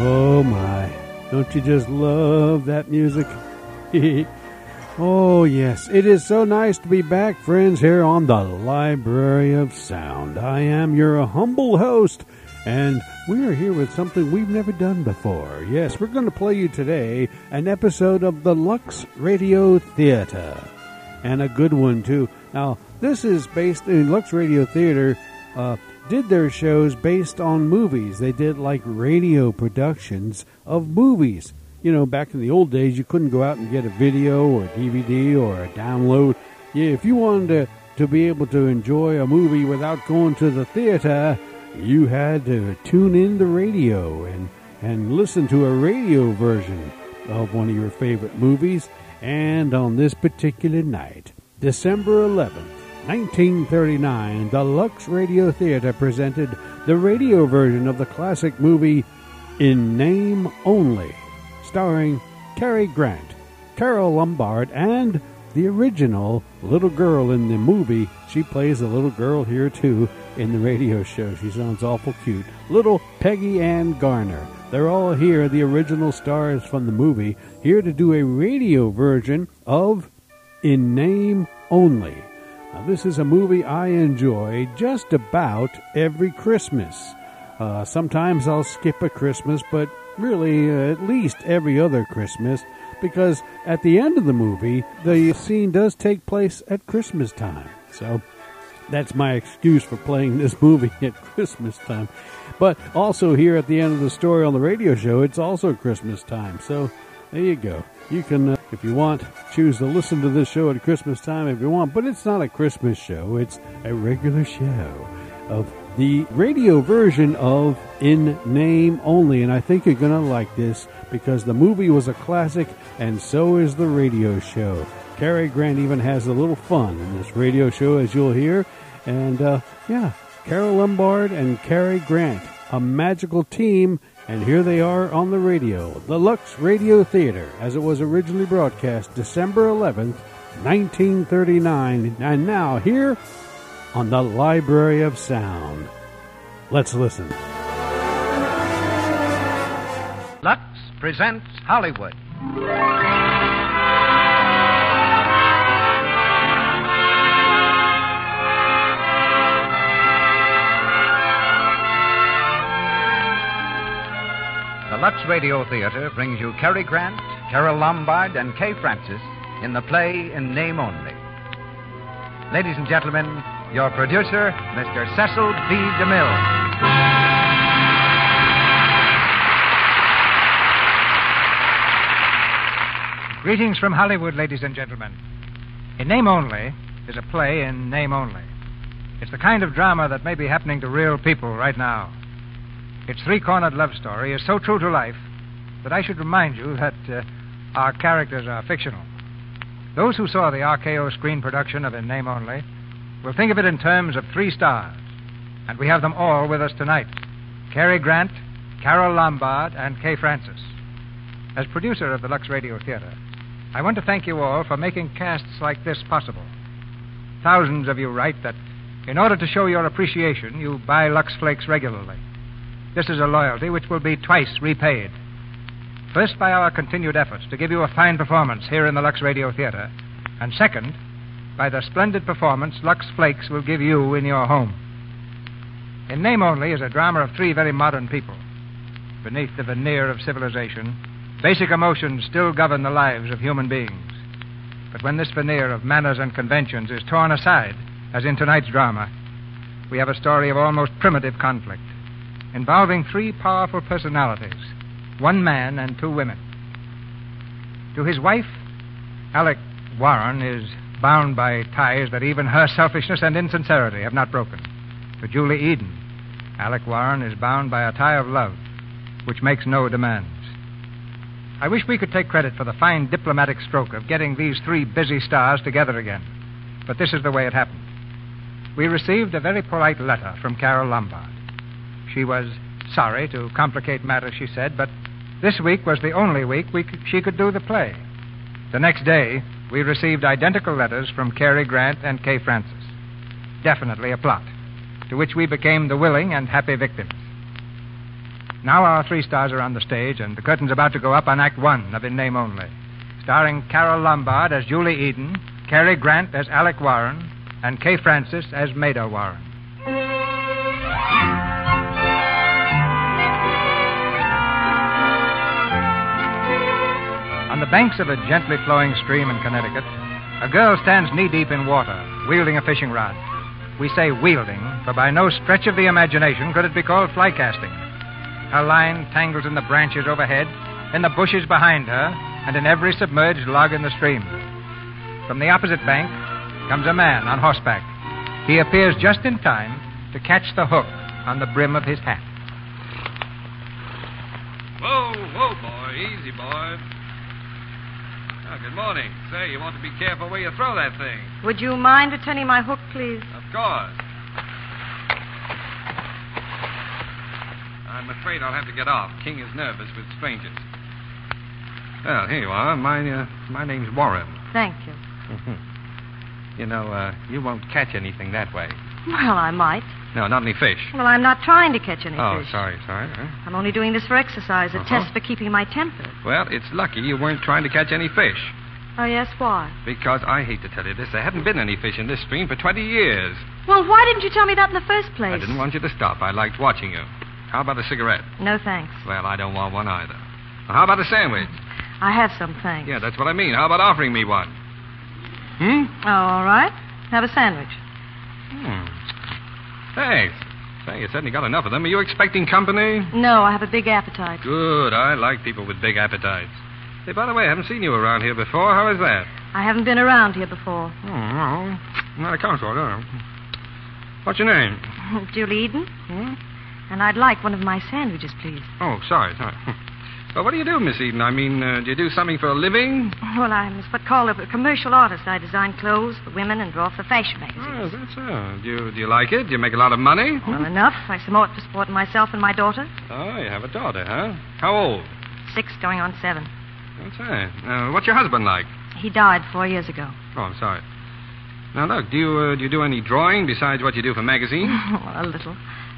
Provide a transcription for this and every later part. Oh, Don't you just love that music? oh, yes. It is so nice to be back, friends, here on the Library of Sound. I am your humble host, and we are here with something we've never done before. Yes, we're going to play you today an episode of the Lux Radio Theater, and a good one, too. Now, this is based in Lux Radio Theater. Uh, did their shows based on movies. They did like radio productions of movies. You know, back in the old days, you couldn't go out and get a video or a DVD or a download. Yeah, if you wanted to, to be able to enjoy a movie without going to the theater, you had to tune in the radio and, and listen to a radio version of one of your favorite movies. And on this particular night, December 11th, 1939, the Lux Radio Theater presented the radio version of the classic movie In Name Only, starring Cary Grant, Carol Lombard, and the original little girl in the movie. She plays a little girl here too in the radio show. She sounds awful cute. Little Peggy Ann Garner. They're all here, the original stars from the movie, here to do a radio version of In Name Only. Now, this is a movie I enjoy just about every Christmas. Uh, sometimes I'll skip a Christmas, but really uh, at least every other Christmas, because at the end of the movie, the scene does take place at Christmas time. So that's my excuse for playing this movie at Christmas time. But also, here at the end of the story on the radio show, it's also Christmas time. So there you go. You can, uh, if you want, choose to listen to this show at Christmas time if you want, but it's not a Christmas show. It's a regular show of the radio version of In Name Only. And I think you're going to like this because the movie was a classic and so is the radio show. Cary Grant even has a little fun in this radio show, as you'll hear. And uh, yeah, Carol Lombard and Cary Grant, a magical team and here they are on the radio, the Lux Radio Theater, as it was originally broadcast December 11th, 1939. And now here on the Library of Sound. Let's listen. Lux presents Hollywood. The Lux Radio Theater brings you Cary Grant, Carol Lombard, and Kay Francis in the play in name only. Ladies and gentlemen, your producer, Mr. Cecil B. DeMille. Greetings from Hollywood, ladies and gentlemen. In Name Only is a play in name only. It's the kind of drama that may be happening to real people right now. Its three cornered love story is so true to life that I should remind you that uh, our characters are fictional. Those who saw the RKO screen production of In Name Only will think of it in terms of three stars. And we have them all with us tonight Cary Grant, Carol Lombard, and Kay Francis. As producer of the Lux Radio Theater, I want to thank you all for making casts like this possible. Thousands of you write that in order to show your appreciation, you buy Lux Flakes regularly. This is a loyalty which will be twice repaid. First, by our continued efforts to give you a fine performance here in the Lux Radio Theater, and second, by the splendid performance Lux Flakes will give you in your home. In Name Only is a drama of three very modern people. Beneath the veneer of civilization, basic emotions still govern the lives of human beings. But when this veneer of manners and conventions is torn aside, as in tonight's drama, we have a story of almost primitive conflict involving three powerful personalities one man and two women. To his wife, Alec Warren is bound by ties that even her selfishness and insincerity have not broken. To Julie Eden, Alec Warren is bound by a tie of love which makes no demands. I wish we could take credit for the fine diplomatic stroke of getting these three busy stars together again, but this is the way it happened. We received a very polite letter from Carol Lombard. She was sorry to complicate matters, she said, but this week was the only week we could, she could do the play. The next day, we received identical letters from Cary Grant and Kay Francis. Definitely a plot, to which we became the willing and happy victims. Now our three stars are on the stage, and the curtain's about to go up on Act One of In Name Only, starring Carol Lombard as Julie Eden, Cary Grant as Alec Warren, and Kay Francis as Maida Warren. On the banks of a gently flowing stream in Connecticut, a girl stands knee deep in water, wielding a fishing rod. We say wielding, for by no stretch of the imagination could it be called fly casting. Her line tangles in the branches overhead, in the bushes behind her, and in every submerged log in the stream. From the opposite bank comes a man on horseback. He appears just in time to catch the hook on the brim of his hat. Whoa, whoa, boy. Easy, boy. Oh, good morning. Say, you want to be careful where you throw that thing. Would you mind returning my hook, please? Of course. I'm afraid I'll have to get off. King is nervous with strangers. Well, here you are. My, uh, my name's Warren. Thank you. you know, uh, you won't catch anything that way. Well, I might. No, not any fish. Well, I'm not trying to catch any oh, fish. sorry, sorry. Huh? I'm only doing this for exercise, a Uh-huh. test for keeping my temper. Well, it's lucky you weren't trying to catch any fish. Oh, yes, why? Because I hate to tell you this, there haven't been any fish in this stream for 20 years. Well, why didn't you tell me that in the first place? I didn't want you to stop. I liked watching you. How about a cigarette? No, thanks. Well, I don't want one either. How about a sandwich? I have some, thanks. Yeah, that's what I mean. How about offering me one? Hmm? Oh, all right. Have a sandwich. Hmm. Thanks. Say, you certainly got enough of them. Are you expecting company? No, I have a big appetite. Good. I like people with big appetites. Hey, by the way, I haven't seen you around here before. How is that? I haven't been around here before. Oh, no. Not a council, no. What's your name? Julie Eden? Hmm? And I'd like one of my sandwiches, please. Oh, sorry, sorry. Well, what do you do, Miss Eden? I mean, uh, do you do something for a living? Well, I'm what's called a commercial artist. I design clothes for women and draw for fashion magazines. Oh, that's so. Do you, do you like it? Do you make a lot of money? Well, enough. I support to support myself and my daughter. Oh, you have a daughter, huh? How old? Six going on seven. That's right. Uh, what's your husband like? He died four years ago. Oh, I'm sorry. Now, look, do you, uh, do you do any drawing besides what you do for magazines? well, a little.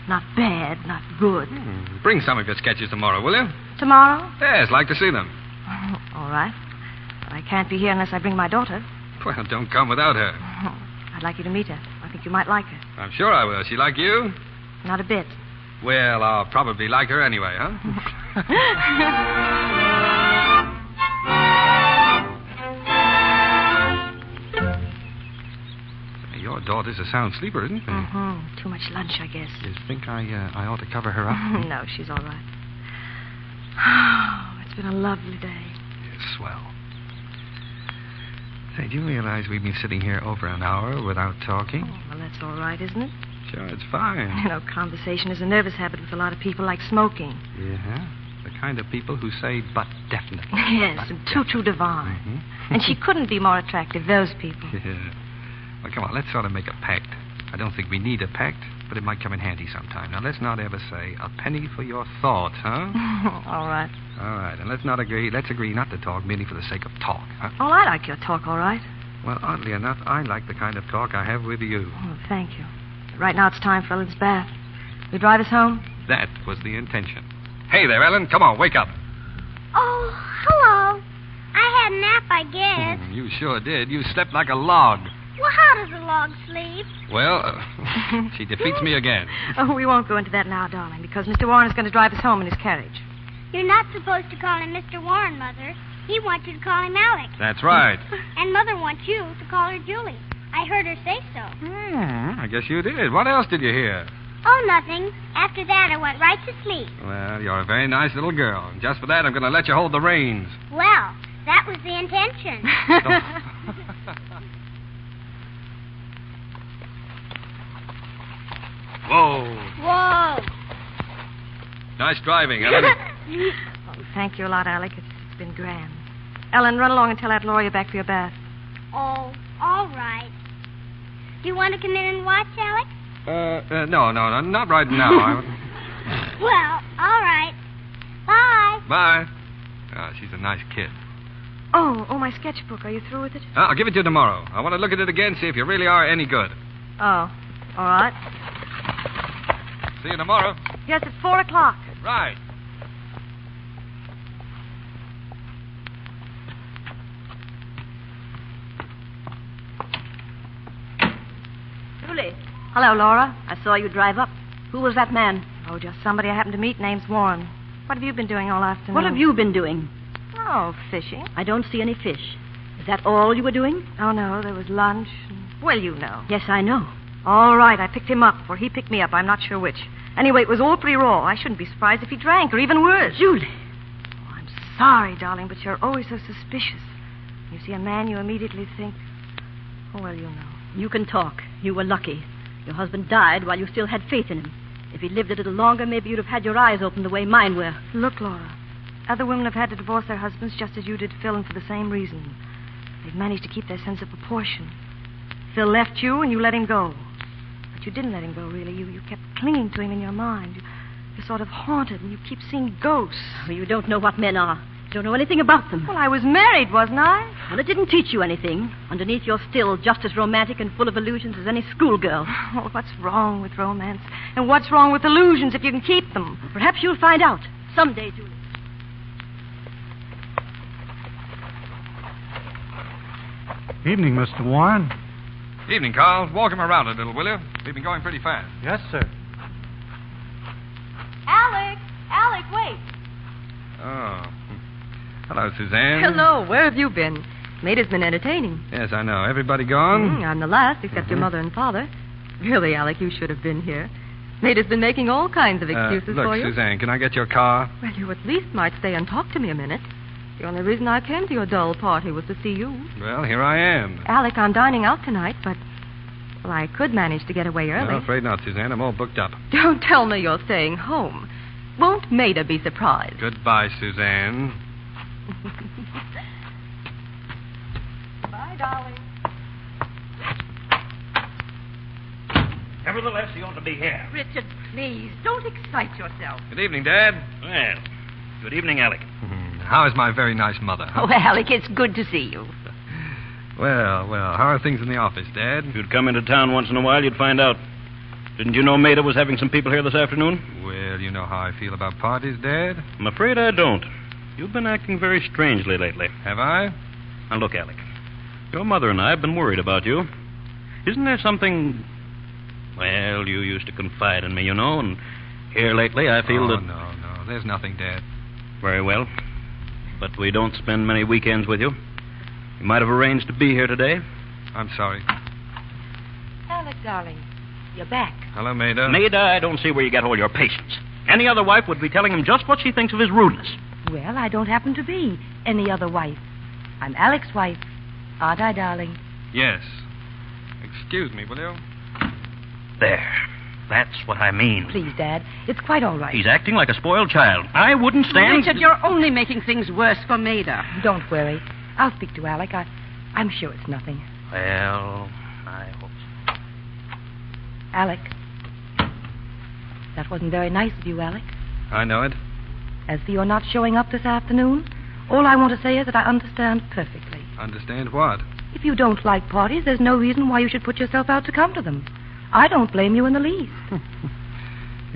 Not bad, not good. Hmm. Bring some of your sketches tomorrow, will you? Tomorrow? Yes, like to see them. All right. But I can't be here unless I bring my daughter. Well, don't come without her. I'd like you to meet her. I think you might like her. I'm sure I will. She like you? Not a bit. Well, I'll probably like her anyway, huh? Your daughter's a sound sleeper, isn't she? Mhm. Too much lunch, I guess. You think I uh, I ought to cover her up? no, she's all right. it's been a lovely day. Yes, swell. Say, do you realize we've been sitting here over an hour without Oh, talking? well, that's all right, isn't it? Sure, it's fine. You know, conversation is a nervous habit with a lot of people, like smoking. Yeah, the kind of people who say, but definitely. Yes, and too, too divine. Mhm. And she couldn't be more attractive, those people. Yeah. Well, come on, let's sort of make a pact. I don't think we need a pact, but it might come in handy sometime. Now, let's not ever say a penny for your thoughts, huh? all right. All right, and let's not agree. Let's agree not to talk merely for the sake of talk, huh? All Oh, I like your talk, all right. Well, oddly enough, I like the kind of talk I have with you. Oh, thank you. Right now it's time for Ellen's bath. You drive us home? That was the intention. Hey there, Ellen. Come on, wake up. Oh, hello. I had a nap, I guess. Hmm, you sure did. You slept like a log. Well, how does a log sleep? Well, uh, she defeats me again. Oh, we won't go into that now, darling, because Mr. Warren is going to drive us home in his carriage. You're not supposed to call him Mr. Warren, Mother. He wants you to call him Alec. That's right. And Mother wants you to call her Julie. I heard her say so. Hmm, I guess you did. What else did you hear? Oh, nothing. After that, I went right to sleep. Well, you're a very nice little girl. and Just for that, I'm going to let you hold the reins. Well, that was the intention. Whoa. Whoa. Nice driving, Ellen. Oh, thank you a lot, Alec. It's, it's been grand. Ellen, run along and tell Aunt Laura you're back for your bath. oh, all right. Do you want to come in and watch, Alec? uh, uh, no, no, no, not right now. I... Well, all right. Bye. Bye. Ah, she's a nice kid. Oh, oh, my sketchbook. Are you through with it? Uh, I'll give it to you tomorrow. I want to look at it again, see if you really are any good. Oh, all right. See you tomorrow. Yes, at four o'clock. Right. Julie. Hello, Laura. I saw you drive up. Who was that man? Oh, just somebody I happened to meet. Name's Warren. What have you been doing all afternoon? What have you been doing? Oh, fishing. I don't see any fish. Is that all you were doing? Oh, no, there was lunch. and- Well, you know. Yes, I know. All right, I picked him up, or he picked me up. I'm not sure which. Anyway, it was all pretty raw. I shouldn't be surprised if he drank, or even worse. Julie. Oh, I'm sorry, darling, but you're always so suspicious. You see a man, you immediately think, oh, well, you know. You can talk. You were lucky. Your husband died while you still had faith in him. If he'd lived a little longer, maybe you'd have had your eyes open the way mine were. Look, Laura. Other women have had to divorce their husbands just as you did Phil, and for the same reason. They've managed to keep their sense of proportion. Phil left you, and you let him go. But you didn't let him go, really. You, you kept clinging to him in your mind. You, you're sort of haunted, and you keep seeing ghosts. Oh, you don't know what men are. You don't know anything about them. Well, I was married, wasn't I? Well, it didn't teach you anything. Underneath, you're still just as romantic and full of illusions as any schoolgirl. Oh, what's wrong with romance? And what's wrong with illusions if you can keep them? Perhaps you'll find out someday, Julie. Evening, Mr. Warren. Evening, Carl. Walk him around a little, will you? We've been going pretty fast. Yes, sir. Alec! Alec, wait! Oh. Hello, Suzanne. Hello, where have you been? Maida's been entertaining. Yes, I know. Everybody gone? Mm, I'm the last, except your Mhm. mother and father. Really, Alec, you should have been here. Maida's been making all kinds of Uh, excuses look, for you. Suzanne, can I get your car? Well, you at least might stay and talk to me a minute. The only reason I came to your dull party was to see you. Well, here I am. Alec, I'm dining out tonight, but. Well, I could manage to get away No, early. afraid not, Suzanne. I'm all booked up. Don't tell me you're staying home. Won't Maida be surprised? Goodbye, Suzanne. Bye, darling. Nevertheless, he ought to be here. Richard, please, don't excite yourself. Good evening, Dad. Well, good evening, Alec. Hmm, How is my very nice mother? huh? Oh, Alec, it's good to see you. Well, well, how are things in the office, Dad? If you'd come into town once in a while, you'd find out. Didn't you know Maida was having some people here this afternoon? Well, you know how I feel about parties, Dad. I'm afraid I don't. You've been acting very strangely lately. Have I? Now, look, Alec. Your mother and I have been worried about you. Isn't there something. Well, you used to confide in me, you know, and here lately I feel oh, that. no, no. There's nothing, Dad. Very well. But we don't spend many weekends with you. You might have arranged to be here today. I'm sorry. Alec, darling, you're back. Hello, Maida. Maida, I don't see where you get all your patience. Any other wife would be telling him just what she thinks of his rudeness. Well, I don't happen to be any other wife. I'm Alec's wife. Aren't I, darling? Yes. Excuse me, will you? There. That's what I mean. Please, Dad. It's quite all right. He's acting like a spoiled child. I wouldn't stand. you're only making things worse for Maida. Don't worry. I'll speak to Alec. I, I'm sure it's nothing. Well, I hope so. Alec. That wasn't very nice of you, Alec. I know it. As for your not showing up this afternoon, all I want to say is that I understand perfectly. Understand what? If you don't like parties, there's no reason why you should put yourself out to come to them. I don't blame you in the least. Hmm.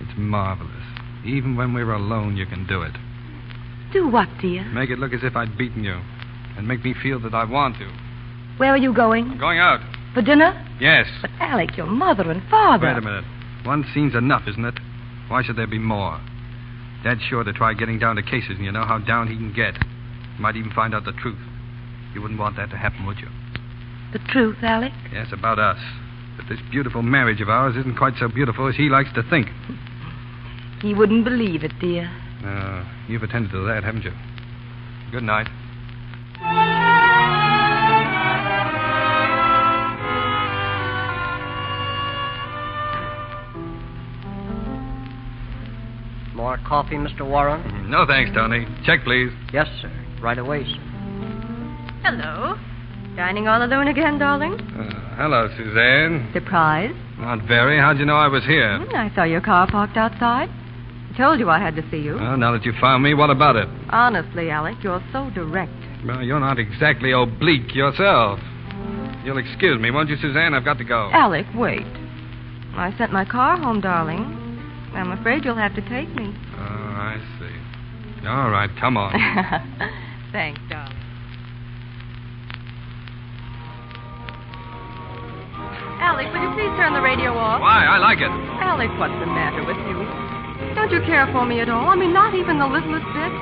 It's marvelous. Even when we're alone, you can do it. Do what, dear? Make it look as if I'd beaten you. And make me feel that I want to. Where are you going? I'm going out. For dinner? Yes. But Alec, your mother and father. Wait a minute. One scene's enough, isn't it? Why should there be more? Dad's sure to try getting down to cases, and you know how down he can get. Might even find out the truth. You wouldn't want that to happen, would you? The truth, Alec. Yes, about us. That this beautiful marriage of ours isn't quite so beautiful as he likes to think. He wouldn't believe it, dear. Uh, you've attended to that, haven't you? Good night. More coffee, Mr. Warren? No thanks, Tony. Check, please. Yes, sir. Right away, sir. Hello. Dining all alone again, darling? Uh, hello, Suzanne. Surprise? Not very. How'd you know I was here? Hmm, I saw your car parked outside. I told you I had to see you. Well, now that you found me, what about it? Honestly, Alec, you're so direct. Well, you're not exactly oblique yourself. You'll excuse me, won't you, Suzanne? I've got to go. Alec, wait. I sent my car home, darling. I'm afraid you'll have to take me. Oh, I see. All right, come on. Thanks, darling. Alec, would you please turn the radio off? Why? I like it. Alec, what's the matter with you? Don't you care for me at all? I mean, not even the littlest bit?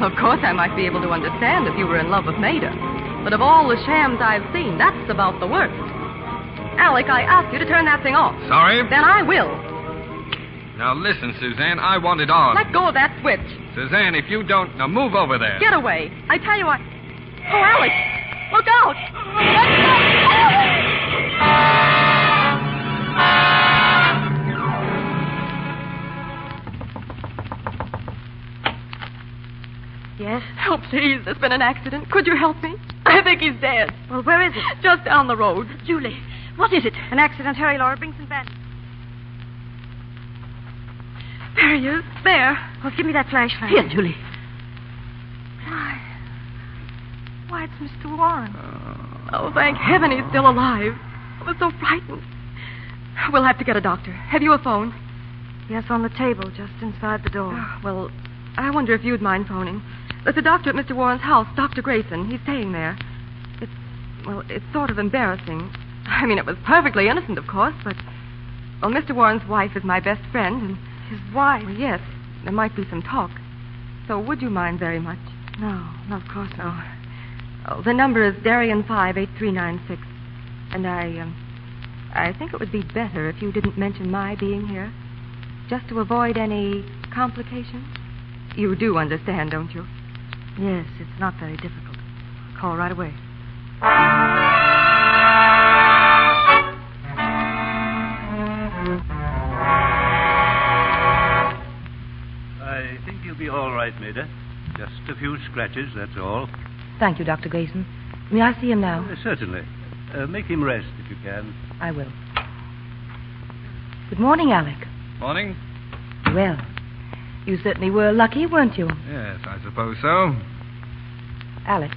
Of course, I might be able to understand if you were in love with Maida. But of all the shams I've seen, that's about the worst. Alec, I asked you to turn that thing off. Sorry? Then I will. Now listen, Suzanne, I want it on. Let go of that switch. Suzanne, if you don't, now move over there. Get away. I tell you, I. Oh, Alec! Look out! Yes? Oh, please, there's been an accident. Could you help me? I think he's dead. Well, where is it? Just down the road. Julie, what is it? An accident, Harry Laura Bingson Banton. There he is. There. Well, give me that flashlight. Here, Julie. Why? Why, it's Mr. Warren. Oh, thank heaven he's still alive. I was so frightened. We'll have to get a doctor. Have you a phone? Yes, on the table, just inside the door. Ah, Well, I wonder if you'd mind phoning. There's a doctor at Mr. Warren's house, Dr. Grayson. He's staying there. It's, well, it's sort of embarrassing. I mean, it was perfectly innocent, of course, but, well, Mr. Warren's wife is my best friend, and His wife? well, yes, there might be some talk. So would you mind very much? No, no, of course Oh. not. oh the number is Darien five eight three nine six, and I, um, I think it would be better if you didn't mention my being here, just to avoid any complications. You do understand, don't you? Yes, it's not very difficult. Oh, Call right away. I think you'll be all right, Maida. Just a few scratches, that's all. Thank you, Dr. Grayson. May I see him now? Uh, certainly. Uh, make him rest if you can. Mm. I will. Good morning, Alec. Morning? Well, you certainly were lucky, weren't you? Yes, I suppose so. Alec,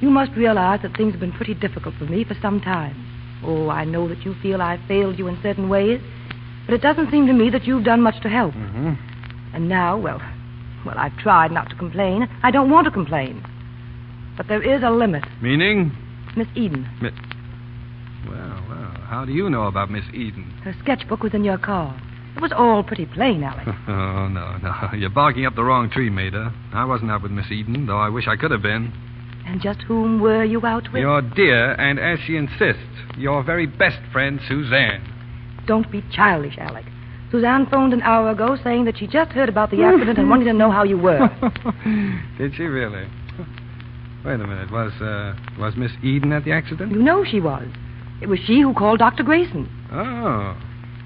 you must realize that things have been pretty difficult for me for some time. Oh, I know that you feel I failed you in certain ways, but it doesn't seem to me that you've done much to help. Mm-hmm. And now, well, well, I've tried not to complain. I don't want to complain. But there is a limit, Meaning? Miss Eden. Mi- Well, well, how do you know about Miss Eden? Her sketchbook was in your car. It was all pretty plain, Alec. Oh, no, no. You're barking up the wrong tree, Maida. I wasn't out with Miss Eden, though I wish I could have been. And just whom were you out with? Your dear, and as she insists, your very best friend, Suzanne. Don't be childish, Alec. Suzanne phoned an hour ago saying that she just heard about the accident and wanted to know how you were. Did she really? Wait a minute. Was, uh, was Miss Eden at the accident? You know she was. It was she who called Dr. Grayson Oh.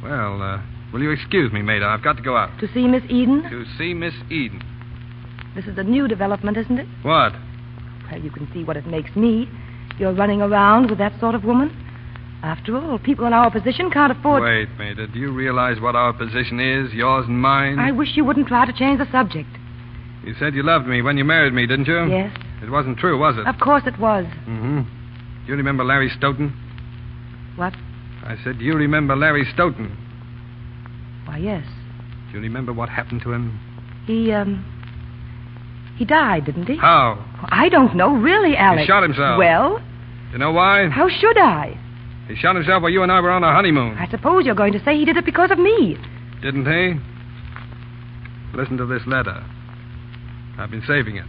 Well, uh, will you excuse me, Maida? I've got to go out. to see Miss Eden. To see Miss Eden. This is a new development, isn't it? What? Well, you can see what it makes me. You're running around with that sort of woman. After all, people in our position can't afford. Wait, Maida. Do you realize what our position is, yours and mine? I wish you wouldn't try to change the subject. You said you loved me when you married me, didn't you? Yes. It wasn't true, was it? Of course it was. Mm-hmm. Do you remember Larry Stoughton? What? I said, do you remember Larry Stoughton? Why, yes. Do you remember what happened to him? He, um. He died, didn't he? How? I don't know, really, Alec. shot himself. Well, You know why? how should I? He shot himself while you and I were on our honeymoon, I suppose you're going to say he did it because of me. didn't he? Listen to this letter. I've been saving it.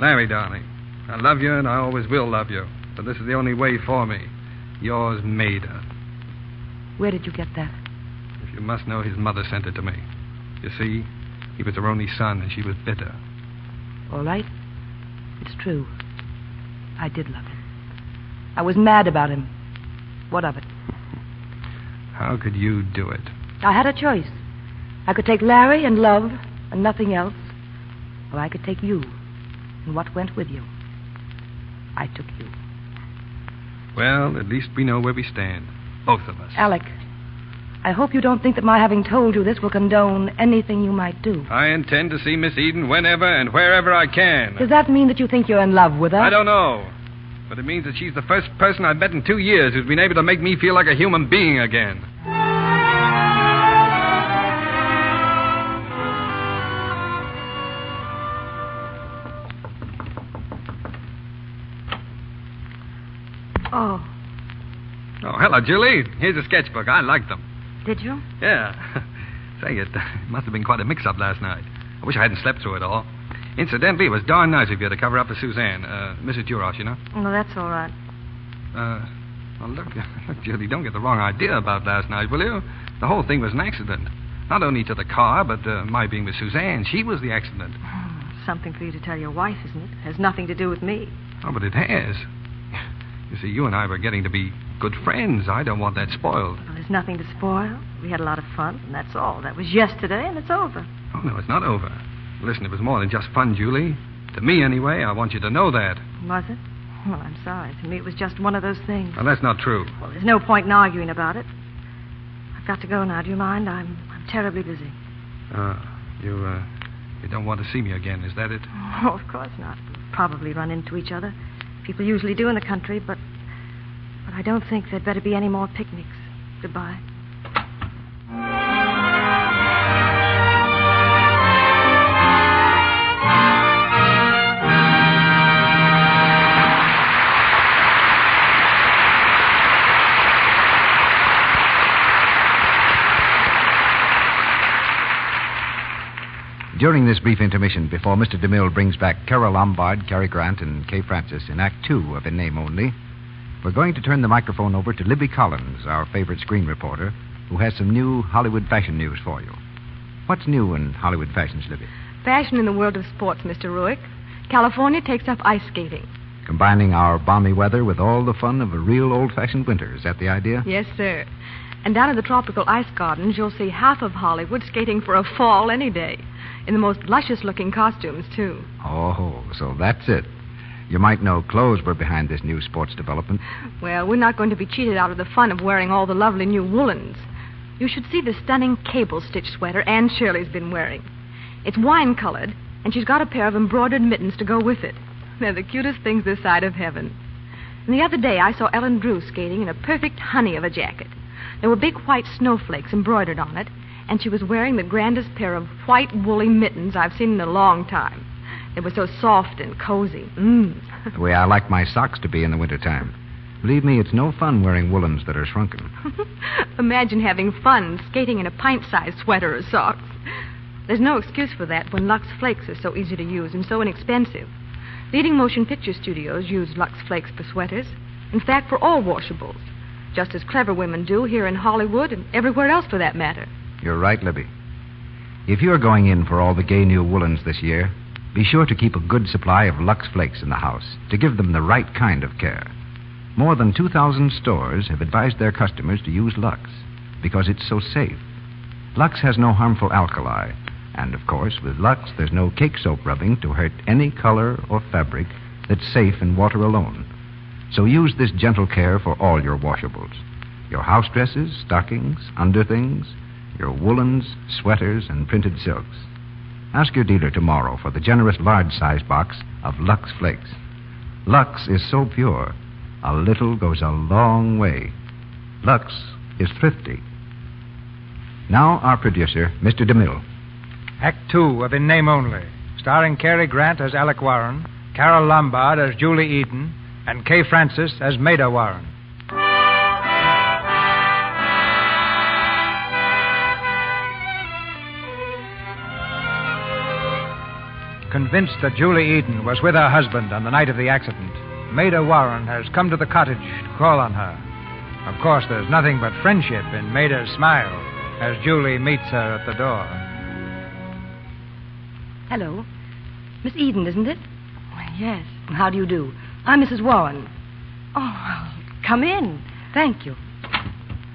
Larry, darling, I love you and I always will love you, but this is the only way for me. Yours, Maida. Where did you get that? If you must know, his mother sent it to me. You see, he was her only son and she was bitter. All right. It's true. I did love him. I was mad about him. What of it? How could you do it? I had a choice. I could take Larry and love and nothing else, or I could take you and what went with you. I took you. Well, at least we know where we stand. Both of us. Alec, I hope you don't think that my having told you this will condone anything you might do. I intend to see Miss Eden whenever and wherever I can. Does that mean that you think you're in love with her? I don't know. But it means that she's the first person I've met in two years who's been able to make me feel like a human being again. Oh, Oh, hello, now, Julie. Here's a sketchbook. I like them. Did you? Yeah. Say, it must have been quite a mix up last night. I wish I hadn't slept through it all. Incidentally, it was darn nice of you to cover up for Suzanne, uh, Mrs. Durosh, you know. No, that's all right. Uh, well, look, look, Julie, don't get the wrong idea about last night, will you? The whole thing was an accident. Not only to the car, but uh, my being with Suzanne. She was the accident. Something for you to tell your wife, isn't it? Has nothing to do with me. Oh, but it has. You see, you and I were getting to be good friends. I don't want that spoiled. Well, there's nothing to spoil. We had a lot of fun, and that's all. That was yesterday, and it's over. Oh, no, it's not over. Listen, it was more than just fun, Julie. To me, anyway, I want you to know that. Was it? Well, I'm sorry. To me, it was just one of those things. Well, that's not true. Well, There's no point in arguing about it. I've got to go now. Do you mind? I'm, I'm terribly busy. Uh, you, uh, you don't want to see me again, is that it? Oh, of course not. We'll probably run into each other. People usually do in the country, but, but I don't think there'd better be any more picnics. Goodbye. During this brief intermission, before Mr. DeMille brings back Carol Lombard, Cary Grant, and Kay Francis in Act Two of In Name Only, we're going to turn the microphone over to Libby Collins, our favorite screen reporter, who has some new Hollywood fashion news for you. What's new in Hollywood fashions, Libby? Fashion in the world of sports, Mr. Ruick. California takes up ice skating. Combining our balmy weather with all the fun of a real old fashioned winter. Is that the idea? Yes, sir. And down in the tropical ice gardens, you'll see half of Hollywood skating for a fall any day. In the most luscious looking costumes, too. Oh, so that's it. You might know clothes were behind this new sports development. Well, we're not going to be cheated out of the fun of wearing all the lovely new woolens. You should see the stunning cable stitch sweater Anne Shirley's been wearing. It's wine colored, and she's got a pair of embroidered mittens to go with it. They're the cutest things this side of heaven. And the other day I saw Ellen Drew skating in a perfect honey of a jacket. There were big white snowflakes embroidered on it, and she was wearing the grandest pair of white woolly mittens I've seen in a long time. They were so soft and cozy. Mmm. the way I like my socks to be in the wintertime. Believe me, it's no fun wearing woolens that are shrunken. Imagine having fun skating in a pint sized sweater or socks. There's no excuse for that when Lux Flakes are so easy to use and so inexpensive. Leading motion picture studios use Lux Flakes for sweaters, in fact, for all washables, just as clever women do here in Hollywood and everywhere else for that matter. You're right, Libby. If you're going in for all the gay new woolens this year, be sure to keep a good supply of Lux Flakes in the house to give them the right kind of care. More than 2,000 stores have advised their customers to use Lux because it's so safe. Lux has no harmful alkali, and of course, with Lux, there's no cake soap rubbing to hurt any color or fabric that's safe in water alone. So use this gentle care for all your washables your house dresses, stockings, underthings, your woolens, sweaters, and printed silks. Ask your dealer tomorrow for the generous large size box of Lux Flakes. Lux is so pure, a little goes a long way. Lux is thrifty. Now, our producer, Mr. DeMille. Act Two of In Name Only, starring Cary Grant as Alec Warren, Carol Lombard as Julie Eden, and Kay Francis as Maida Warren. Convinced that Julie Eden was with her husband on the night of the accident, Maida Warren has come to the cottage to call on her. Of course, there's nothing but friendship in Maida's smile as Julie meets her at the door. Hello. Miss Eden, isn't it? Yes. How do you do? I'm Mrs. Warren. Oh, well, come in. Thank you.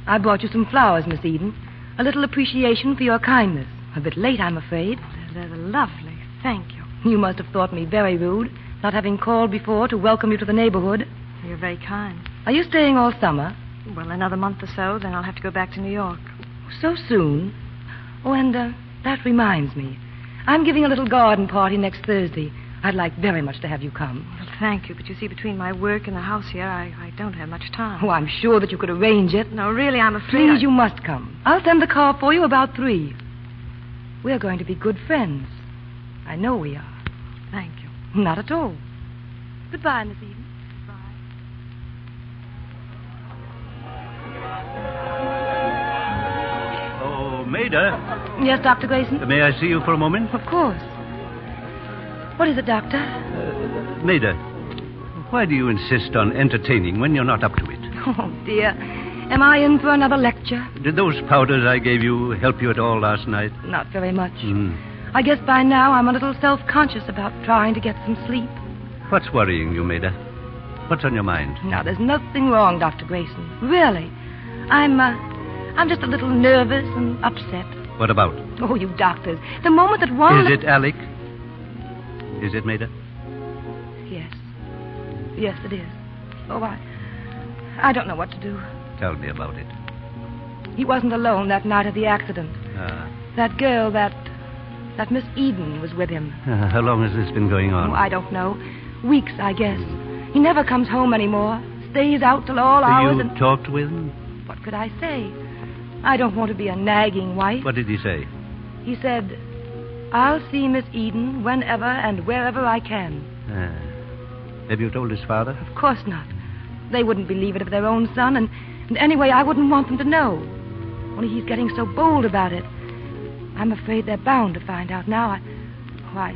I brought you some flowers, Miss Eden. A little appreciation for your kindness. A bit late, I'm afraid. They're, lovely. Thank you. You must have thought me very rude, not having called before to welcome you to the neighborhood. You're very kind. Are you staying all summer? Well, another month or so, then I'll have to go back to New York. So soon? Oh, and uh, that reminds me. I'm giving a little garden party next Thursday. I'd like very much to have you come. Well, thank you, but you see, between my work and the house here, I, I don't have much time. Oh, I'm sure that you could arrange it. No, really, I'm afraid. Please, I- you must come. I'll send the car for you about three. We're going to be good friends. I know we are. Thank you. Not at all. Goodbye, Miss Eden. Oh, Maida, Yes, Dr. Grayson? Uh, may I see you for a moment? Of course. What is it, Doctor? Maida, why do you insist on entertaining when you're not up to it? Oh, dear. Am I in for another lecture? Did those powders I gave you help you at all last night? Not very much. Hmm. I guess by now I'm a little self conscious about trying to get some sleep. What's worrying you, Maida? What's on your mind? Now, there's nothing wrong, Dr. Grayson. Really. I'm, uh, I'm just a little nervous and upset. What about? Oh, you doctors. The moment that one. Is it Alec? Is it Maida? Yes. Yes, it is. Oh, I. I don't know what to do. Tell me about it. He wasn't alone that night of the accident. Ah. That girl, that. that Miss Eden was with him. Ah, how long has this been going on? Oh, I don't know. Weeks, I guess. He never comes home anymore. Stays out till all hours you and. talked with him? What could I say? I don't want to be a nagging wife. What did he say? He said, I'll see Miss Eden whenever and wherever I can. Ah. Have you told his father? Of course not. They wouldn't believe it of their own son, and, and anyway, I wouldn't want them to know. Only he's getting so bold about it. I'm afraid they're bound to find out now. I, why,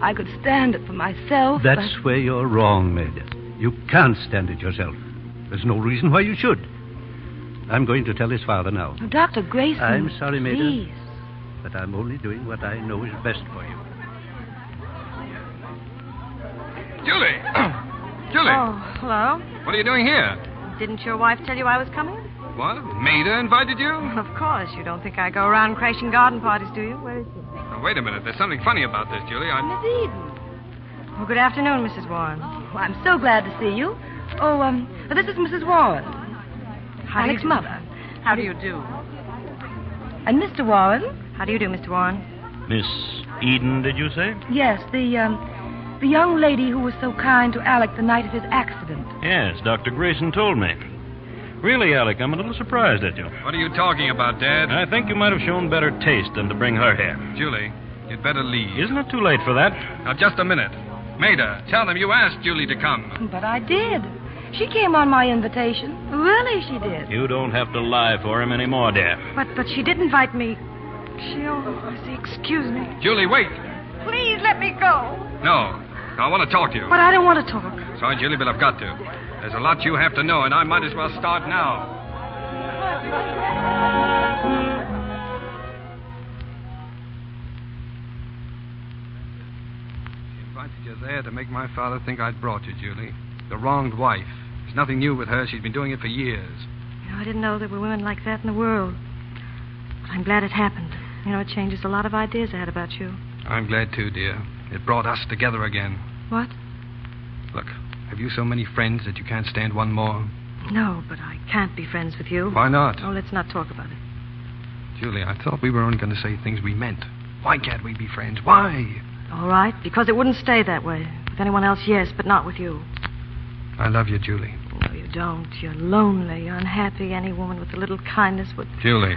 I could stand it for myself. That's but- where you're wrong, Maida. You can't stand it yourself. There's no reason why you should. I'm going to tell his father now. Oh, Dr. Grayson. I'm sorry, Maida. Please. But I'm only doing what I know is best for you. Julie! Julie! Oh, hello? What are you doing here? Didn't your wife tell you I was coming? What? Maida invited you? Of course. You don't think I go around crashing garden parties, do you? Where is she? Now, wait a minute. There's something funny about this, Julie. I... Miss Eden. Well, good afternoon, Mrs. Warren. Oh, I'm so glad to see you. Oh, um, this is Mrs. Warren. How do Alec's you do? mother. How do you do? And Mr. Warren? How do you do, Mr. Warren? Miss Eden, did you say? Yes, the, um, the young lady who was so kind to Alec the night of his accident. Yes, Dr. Grayson told me. Really, Alec, I'm a little surprised at you. What are you talking about, Dad? I think you might have shown better taste than to bring her here. Julie, you'd better leave. Isn't it too late for that? Now, just a minute. Maida, tell them you asked Julie to come. But I did. She came on my invitation. Really, she did. You don't have to lie for him anymore, dear. But but she did invite me. She'll say, excuse me. Julie, wait. Please let me go. No. I want to talk to you. But I don't want to talk. Sorry, Julie, but I've got to. There's a lot you have to know, and I might as well start now. She invited you there to make my father think I'd brought you, Julie. The wronged wife. There's nothing new with her. She's been doing it for years. You know, I didn't know there were women like that in the world. But I'm glad it happened. You know, it changes a lot of ideas I had about you. I'm glad too, dear. It brought us together again. What? Look, have you so many friends that you can't stand one more? No, but I can't be friends with you. Why not? Oh, let's not talk about it. Julie, I thought we were only going to say things we meant. Why can't we be friends? Why? All right, because it wouldn't stay that way. With anyone else, yes, but not with you. I love you, Julie. No, Oh, you don't. You're lonely. You're unhappy. Any woman with a little kindness would. Julie.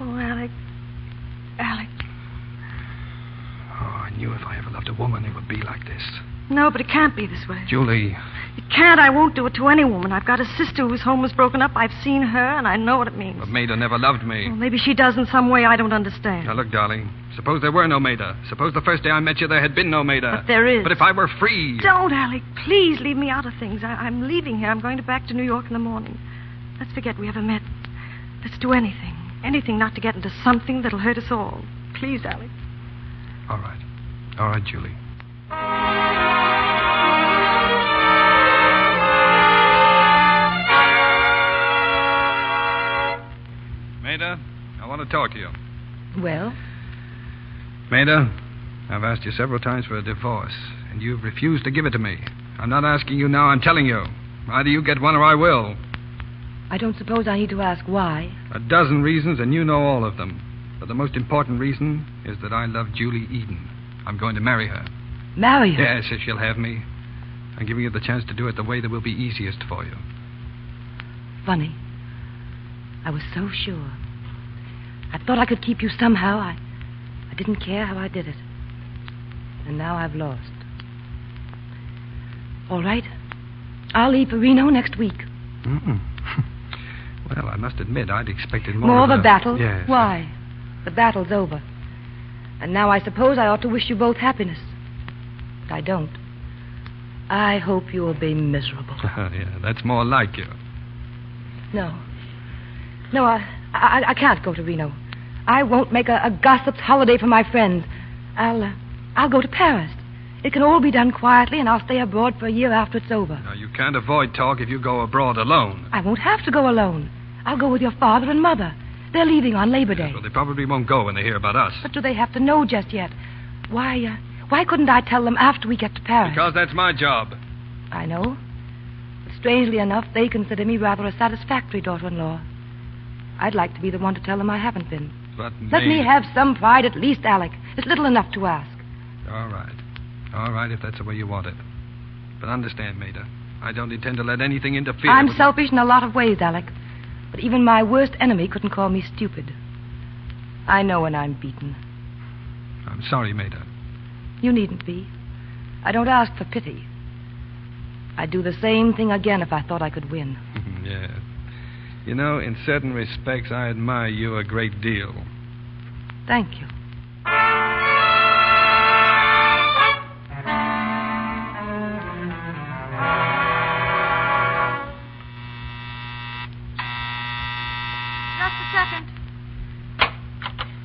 Oh, Alec. Alec. Oh, I knew if I ever loved a woman, it would be like this. No, but it can't be this way. Julie. It can't. I won't do it to any woman. I've got a sister whose home was broken up. I've seen her, and I know what it means. But Maida never loved me. Well, maybe she does in some way I don't understand. Now, look, darling. Suppose there were no Maida. Suppose the first day I met you there had been no Maida. But there is. But if I were free. Don't, Alec. Please leave me out of things. I- I'm leaving here. I'm going to back to New York in the morning. Let's forget we ever met. Let's do anything. Anything not to get into something that'll hurt us all. Please, Alec. All right. All right, Julie. Maida, I want to talk to you. Well? Maida, I've asked you several times for a divorce, and you've refused to give it to me. I'm not asking you now, I'm telling you. Either you get one or I will. I don't suppose I need to ask why. A dozen reasons, and you know all of them. But the most important reason is that I love Julie Eden. I'm going to marry her. Marry her? Yes, if she'll have me. I'm giving you the chance to do it the way that will be easiest for you. Funny. I was so sure. I thought I could keep you somehow. I, I didn't care how I did it. And now I've lost. All right. I'll leave for Reno next week. Mm-mm. Well, I must admit, I'd expected more. More of of a battle? Yes. Why? The battle's over. And now I suppose I ought to wish you both happiness. But I don't. I hope you will be miserable. yeah, that's more like you. No. No, I, I, I can't go to Reno. I won't make a, a gossip's holiday for my friends. I'll, uh, I'll go to Paris. It can all be done quietly, and I'll stay abroad for a year after it's over. Now, you can't avoid talk if you go abroad alone. I won't have to go alone. I'll go with your father and mother. They're leaving on Labor Day. Well, they probably won't go when they hear about us. What do they have to know just yet? Why, uh, why couldn't I tell them after we get to Paris? Because that's my job. I know. But strangely enough, they consider me rather a satisfactory daughter-in-law. I'd like to be the one to tell them I haven't been. But Let me me have some pride at least, Alec. It's little enough to ask. All right. All right, if that's the way you want it. But understand, Maida, I don't intend to let anything interfere. I'm with- selfish in a lot of ways, Alec. But even my worst enemy couldn't call me stupid. I know when I'm beaten. I'm sorry, Maida. You needn't be. I don't ask for pity. I'd do the same thing again if I thought I could win. Mm, yeah. You know, in certain respects, I admire you a great deal. Thank you. Just a second.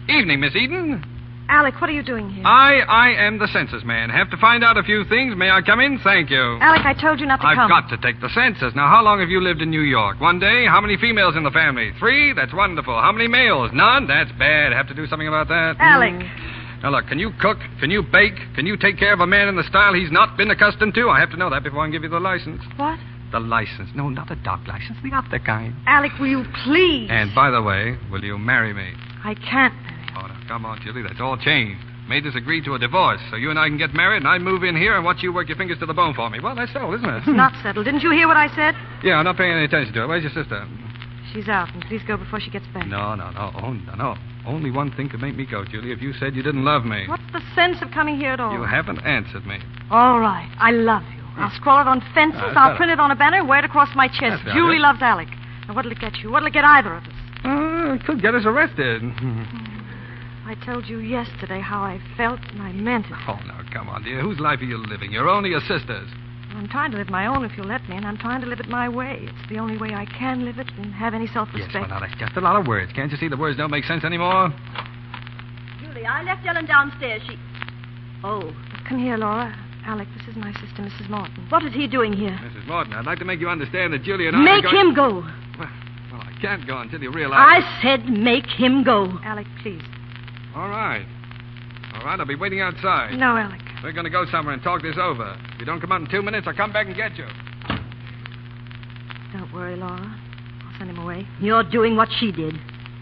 Evening, Miss Eden. Alec, what are you doing here? I, I am the census man. Have to find out a few things. May I come in? Thank you. Alec, I told you not to I've come. got to take the census. Now, how long have you lived in New York? One day? How many females in the family? Three? That's wonderful. How many males? None? That's bad. Have to do something about that. Alec. Mm. Now, look, can you cook? Can you bake? Can you take care of a man in the style he's not been accustomed to? I have to know that before I can give you the license. What? The license. No, not the dock license, the other kind. Alec, will you please? And by the way, will you marry me? I can't. Oh, now, come on, Julie. That's all changed. Maida's agreed to a divorce, so you and I can get married, and I move in here and watch you work your fingers to the bone for me. Well, that's so, isn't it? It's not settled. Didn't you hear what I said? Yeah, I'm not paying any attention to it. Where's your sister? She's out, and please go before she gets back. No, no, no. Oh, no, no. Only one thing could make me go, Julie, if you said you didn't love me. What's the sense of coming here at all? You haven't answered me. All right. I love you. I'll scrawl it on fences. Uh, it's I'll better. print it on a banner and wear it across my chest. That's better. Julie loves Alec. Now, what'll it get you? What'll it get either of us? Uh, it could get us arrested. I told you yesterday how I felt, and I meant it. oh, now, come on, dear. Whose life are you living? Your own or your sister's? I'm trying to live my own, if you'll let me, and I'm trying to live it my way. It's the only way I can live it and have any self-respect. Well, now, that's just a lot of words. Can't you see the words don't make sense anymore? Julie, I left Ellen downstairs. She. Oh. Come here, Laura. Alec, this is my sister, Mrs. Morton. What is he doing here? Mrs. Morton, I'd like to make you understand that Julie and I... are Make going- him go. Well, I can't go until you realize... I said make him go. Alec, please. All right. All right, I'll be waiting outside. No, Alec. We're going to go somewhere and talk this over. If you don't come out in two minutes, I'll come back and get you. Don't worry, Laura. I'll send him away. You're doing what she did.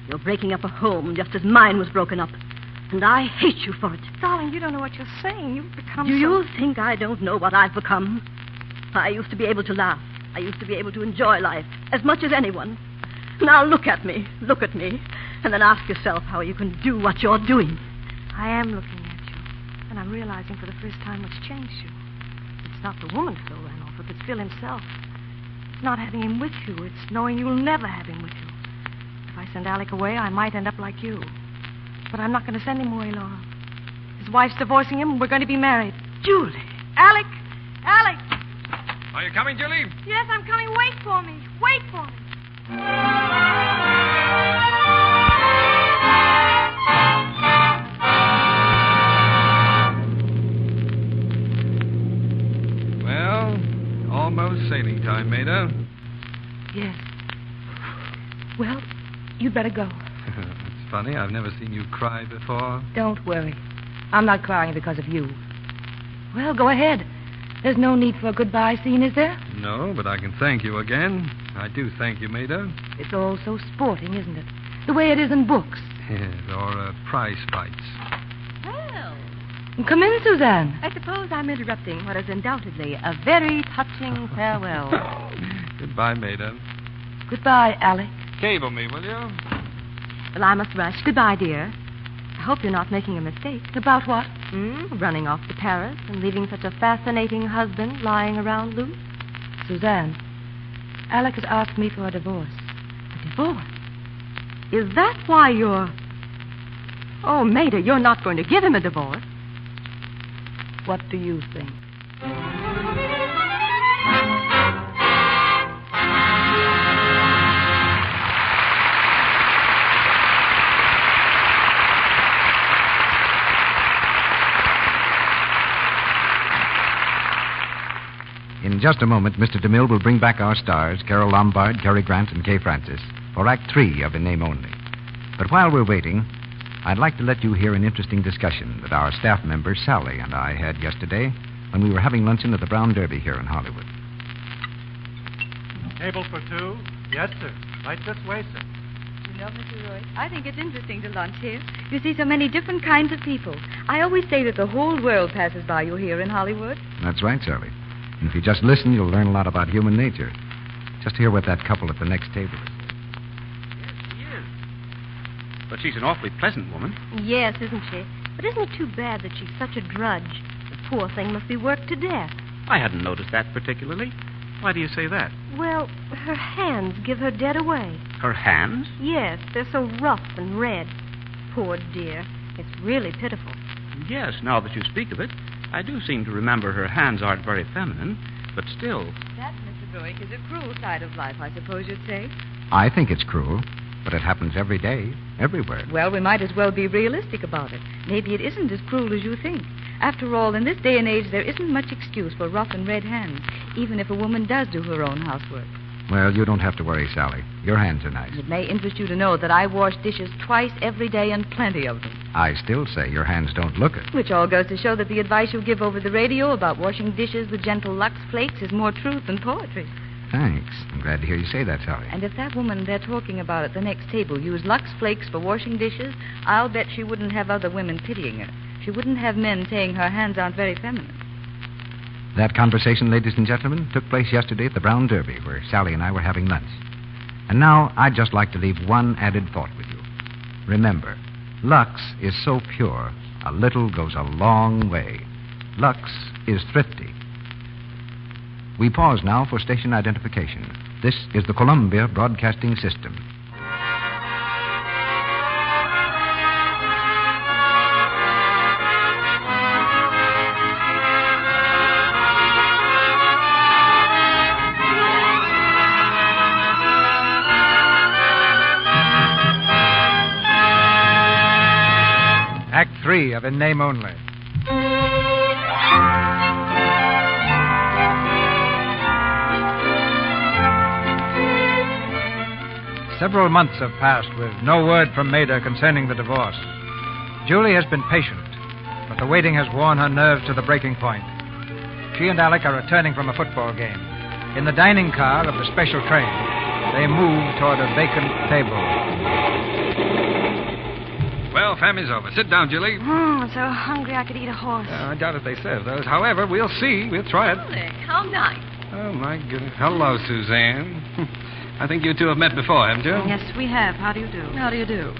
You're breaking up a home just as mine was broken up. And I hate you for it. Darling, you don't know what you're saying. You've become Do so... you think I don't know what I've become? I used to be able to laugh. I used to be able to enjoy life as much as anyone. Now look at me, look at me, and then ask yourself how you can do what you're doing. I am looking at you, and I'm realizing for the first time what's changed you. It's not the woman Phil ran off with, it's Phil himself. It's not having him with you, it's knowing you'll never have him with you. If I send Alec away, I might end up like you. But I'm not going to send him away, Laura. His wife's divorcing him, and we're going to be married. Julie! Alec! Alec! Are you coming, Julie? Yes, I'm coming. Wait for me. Wait for me. Well, almost sailing time, Maida. Yes. Well, you'd better go. it's funny, I've never seen you cry before. Don't worry. I'm not crying because of you. Well, go ahead. There's no need for a goodbye scene, is there? No, but I can thank you again. I do thank you, Maida. It's all so sporting, isn't it? The way it is in books. Yes, or uh, prize fights. Well. Come in, Suzanne. I suppose I'm interrupting what is undoubtedly a very touching farewell. Goodbye, Maida. Goodbye, Alec. Cable me, will you? well, I must rush. Goodbye, dear. I hope you're not making a mistake. About what? Hmm? Running off to Paris and leaving such a fascinating husband lying around loose. Suzanne, Alec has asked me for a divorce. a divorce. Is that why you're. Oh, Maida, you're not going to give him a divorce. What do you think? In just a moment, Mr. DeMille will bring back our stars, Carol Lombard, Cary Grant, and Kay Francis, for Act Three of In Name Only. But while we're waiting, I'd like to let you hear an interesting discussion that our staff member Sally and I had yesterday when we were having luncheon at the Brown Derby here in Hollywood. Table for two? Yes, sir. Right this way, sir. You know, Mr. Royce, I think it's interesting to lunch here. You see so many different kinds of people. I always say that the whole world passes by you here in Hollywood. That's right, Sally. And if you just listen, you'll learn a lot about human nature. Just hear what that couple at the next table is. She is. But she's an awfully pleasant woman. Yes, isn't she? But isn't it too bad that she's such a drudge? The poor thing must be worked to death. I hadn't noticed that particularly. Why do you say that? Well, her hands give her dead away. Her hands? Yes, they're so rough and red. Poor dear. It's really pitiful. Yes, now that you speak of it, I do seem to remember her hands aren't very feminine, but still. That, Mr. Buick, is a cruel side of life, I suppose you'd say. I think it's cruel, but it happens every day, everywhere. Well, we might as well be realistic about it. Maybe it isn't as cruel as you think. After all, in this day and age, there isn't much excuse for rough and red hands, even if a woman does do her own housework. Well, you don't have to worry, Sally. Your hands are nice. It may interest you to know that I wash dishes twice every day and plenty of them. I still say your hands don't look it. Which all goes to show that the advice you give over the radio about washing dishes with gentle Lux flakes is more truth than poetry. Thanks. I'm glad to hear you say that, Sally. And if that woman they're talking about at the next table used Lux flakes for washing dishes, I'll bet she wouldn't have other women pitying her. She wouldn't have men saying her hands aren't very feminine. That conversation, ladies and gentlemen, took place yesterday at the Brown Derby, where Sally and I were having lunch. And now I'd just like to leave one added thought with you. Remember, Lux is so pure, a little goes a long way. Lux is thrifty. We pause now for station identification. This is the Columbia Broadcasting System. Act Three of In Name Only. Several months have passed with no word from Maida concerning the divorce. Julie has been patient, but the waiting has worn her nerves to the breaking point. She and Alec are returning from a football game. In the dining car of the special train, they move toward a vacant table. Well, family's over. Sit down, Julie. Uh, Mmm, I'm so hungry I could eat a horse. I doubt if they serve those. However, we'll see. We'll try it. Alec, how nice. Oh, my goodness. Hello, Suzanne. I think you two have met before, haven't you? Yes, we have. How do you do? How do you do?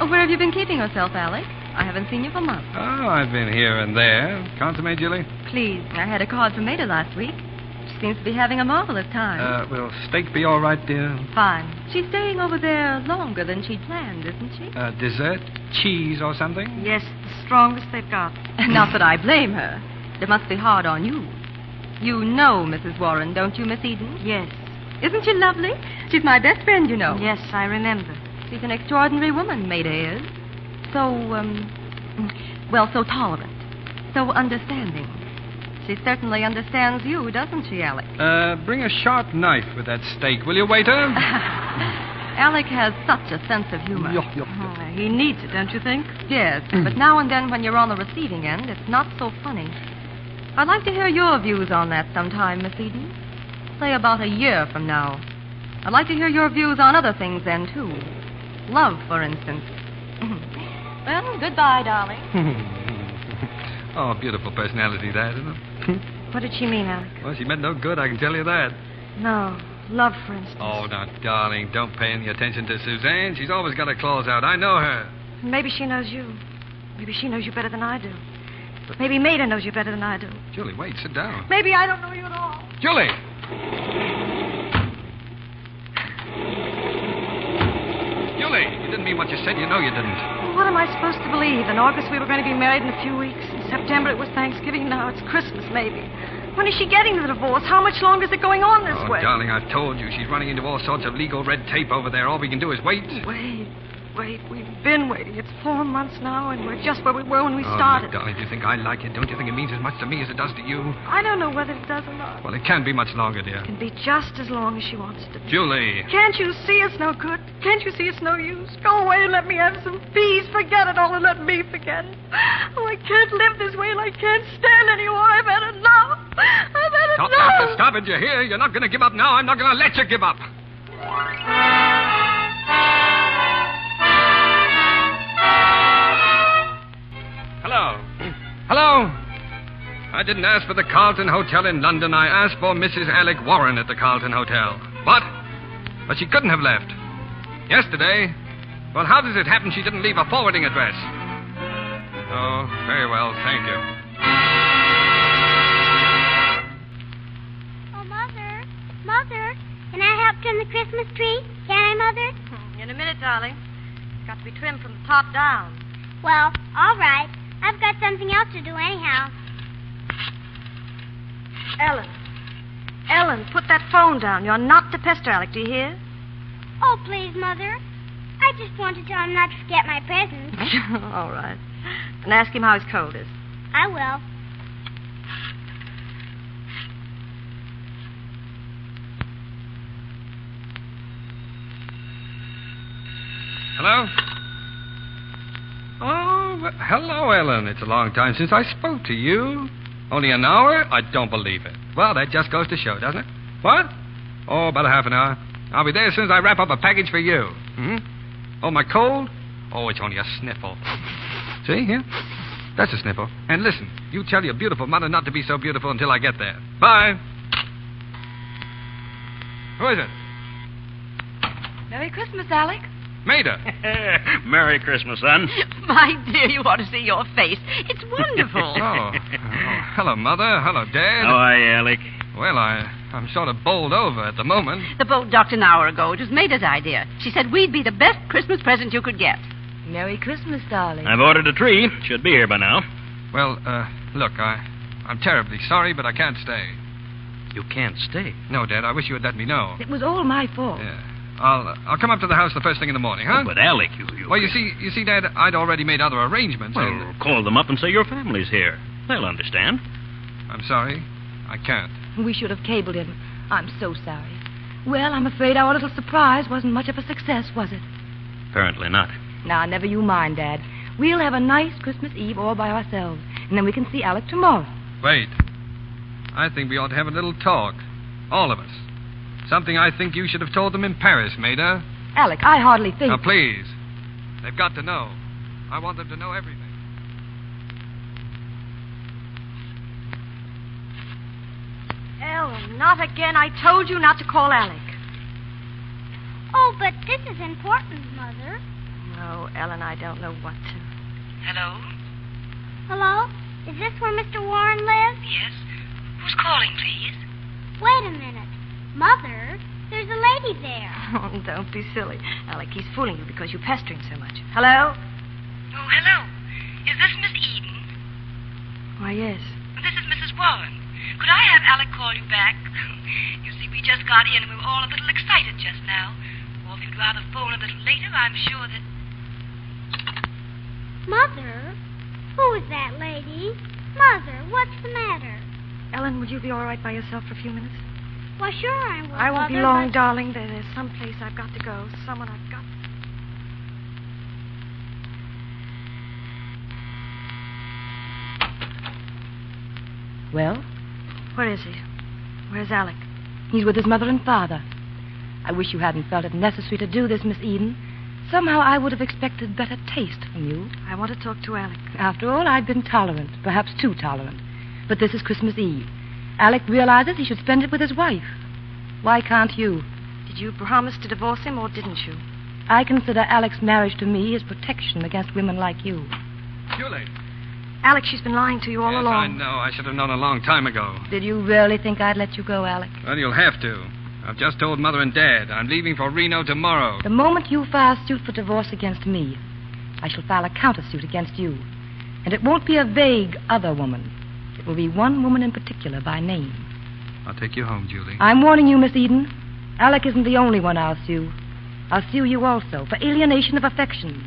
Oh, where have you been keeping yourself, Alec? I haven't seen you for months. Oh, I've been here and there. Consomme, Julie? Please, I had a card from Maida last week. She seems to be having a marvelous time. Uh, will steak be all right, dear? Fine. She's staying over there longer than she planned, isn't she? Uh, dessert? Cheese or something? Yes, the strongest they've got. Not that I blame her. It must be hard on you. You know Mrs. Warren, don't you, Miss Eden? Yes. Isn't she lovely? She's my best friend, you know. Yes, I remember. She's an extraordinary woman, Maida is. So, um, well, so tolerant, so understanding. She certainly understands you, doesn't she, Alec? Uh, bring a sharp knife with that steak, will you, waiter? Alec has such a sense of humor. Yuck, yuck, yuck. Oh, he needs it, don't you think? Yes, but now and then when you're on the receiving end, it's not so funny. I'd like to hear your views on that sometime, Miss Eden. Say about a year from now. I'd like to hear your views on other things then, too. Love, for instance. well, goodbye, darling. Hmm. oh, beautiful personality, that, isn't it? What did she mean, Alec? Well, she meant no good, I can tell you that. No. Love, for instance. Oh, now, darling, don't pay any attention to Suzanne. She's always got her claws out. I know her. Maybe she knows you. Maybe she knows you better than I do. But maybe Maida knows you better than I do. Julie, wait, sit down. Maybe I don't know you at all. Julie! mean what you said. You know you didn't. Well, what am I supposed to believe? In August, we were going to be married in a few weeks. In September, it was Thanksgiving. Now it's Christmas, maybe. When is she getting the divorce? How much longer is it going on this Oh, way? darling, I've told you. She's running into all sorts of legal red tape over there. All we can do is wait. Wait, wait. We've been waiting. It's four months now, and we're just where we were when we oh, started. Look, darling, do you think I like it? Don't you think it means as much to me as it does to you? I don't know whether it does or not. Well, it can't be much longer, dear. It can be just as long as she wants it to be. Julie. Can't you see it's no good? Can't you see it's no use? Go away and let me have some peace. Forget it all and let me forget it. Oh, I can't live this way and I can't stand anymore. I've had enough. I've had Stop, enough. stop it. You're here. You're not going to give up now. I'm not going to let you give up. Hello. Hello. I didn't ask for the Carlton Hotel in London. I asked for Mrs. Alec Warren at the Carlton Hotel. But, but she couldn't have left. Yesterday. Well, how does it happen she didn't leave a forwarding address? Oh, very well. Thank you. Oh, Mother, Mother, can I help trim the Christmas tree? Can I, Mother? Hmm, In a minute, darling. It's got to be trimmed from the top down. Well, all right. I've got something else to do anyhow. Ellen. Ellen, put that phone down. You're not to pester Alec, do you hear? Oh, please, Mother. I just want to tell him not to forget my presents. all right. And ask him how his cold is. I will. Hello? Oh, well, hello, Ellen. It's a long time since I spoke to you. Only an hour? I don't believe it. Well, that just goes to show, doesn't it? What? Oh, about a half an hour. I'll be there as soon as I wrap up a package for you. Hmm? Oh, my cold? Oh, it's only a sniffle. See here? That's a sniffle. And listen, you tell your beautiful mother not to be so beautiful until I get there. Bye. Who is it? Merry Christmas, Alec. Maida. Merry Christmas, son. My dear, you ought to see your face. It's wonderful. Oh. Oh, hello, Mother. Hello, Dad. How are you, Alec? Well, I, I'm sort of bowled over at the moment. The boat docked an hour ago. It was Maida's idea. She said we'd be the best Christmas present you could get. Merry Christmas, darling. I've ordered a tree. Should be here by now. Well, uh, look, I, I'm terribly sorry, but I can't stay. You can't stay. No, Dad, I wish you would let me know. It was all my fault. I'll, uh, I'll come up to the house the first thing in the morning, huh? Oh, but, Alec, you- you- Well, you see, you see, Dad, I'd already made other arrangements. Well, and call them up and say your family's here. They'll understand. I'm sorry, I can't. We should have cabled him. I'm so sorry. Well, I'm afraid our little surprise wasn't much of a success, was it? Apparently not. Now, never you mind, Dad. We'll have a nice Christmas Eve all by ourselves, and then we can see Alec tomorrow. Wait. I think we ought to have a little talk. All of us. Something I think you should have told them in Paris, Maida. Alec, I hardly think. Now, please. They've got to know. I want them to know everything. Ellen, not again. I told you not to call Alec. Oh, but this is important, Mother. No, Oh, Ellen, I don't know what to. Hello? Hello? Is this where Mr. Warren lives? Yes? Who's calling, please? Wait a minute. Mother, there's a lady there. Oh, don't be silly. Alec, he's fooling you because you pester him so much. Hello? Oh, hello. Is this Miss Eden? Why, yes. This is Mrs. Warren. Could I have Alec call you back? you see, we just got in and we were all a little excited just now. Or if you'd rather phone a little later, I'm sure that. Mother? Who is that lady? Mother, what's the matter? Ellen, will you be all right by yourself for a few minutes? Well, sure I will. I won't be Mother, long, but- darling. There, there's some place I've got to go. Someone I've got. Well, Where is he? Where's Alec? he's with his mother and father. I wish you hadn't felt it necessary to do this, Miss Eden. Somehow I would have expected better taste from you. I want to talk to Alec. After all, I'd been tolerant, perhaps too tolerant. But this is Christmas Eve. Alec realizes he should spend it with his wife. Why can't you? Did you promise to divorce him or didn't you? I consider Alec's marriage to me his protection against women like you. Julie. Alec, she's been lying to you all yes, I along. know. I should have known a long time ago. Did you really think I'd let you go, Alec? Well, you'll have to. I've just told Mother and Dad. I'm leaving for Reno tomorrow. The moment you file suit for divorce against me, I shall file a countersuit against you. And it won't be a vague other woman. It will be one woman in particular by name. I'll take you home, Julie. I'm warning you, Miss Eden. Alec isn't the only one I'll sue. I'll sue you also for alienation of affections.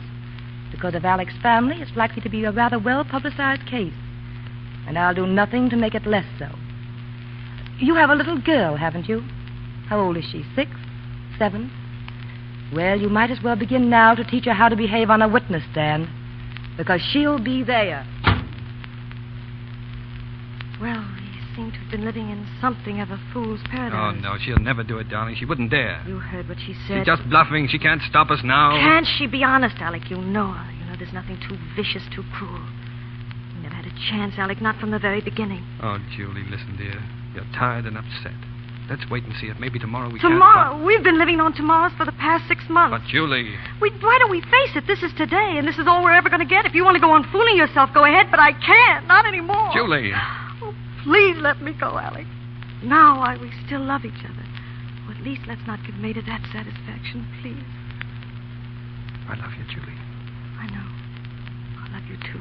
Because of Alec's family, it's likely to be a rather well publicized case. And I'll do nothing to make it less so. You have a little girl, haven't you? How old is she? Six? Seven? Well, you might as well begin now to teach her how to behave on a witness stand. Because she'll be there. Well, you seem to have been living in something of a fool's Oh, paradise. no, she'll never do it, darling. She wouldn't dare. You heard what she said. She's just bluffing. She can't stop us now. Can't she be honest, Alec? You know her. You know there's nothing too vicious, too cruel. You never had a chance, Alec, not from the very beginning. Oh, Julie, listen, dear. You're tired and upset. Let's wait and see if maybe tomorrow we tomorrow. can... We've been living on tomorrows for the past six months. But, Julie... We, why don't we face it? This is today, and this is all we're ever going to get. If you want to go on fooling yourself, go ahead, but I can't. Not anymore. Julie... Please let me go, Alec. Now, while we still love each other, or at least let's not give Maida that satisfaction, please. I love you, Julie. I know. I love you too.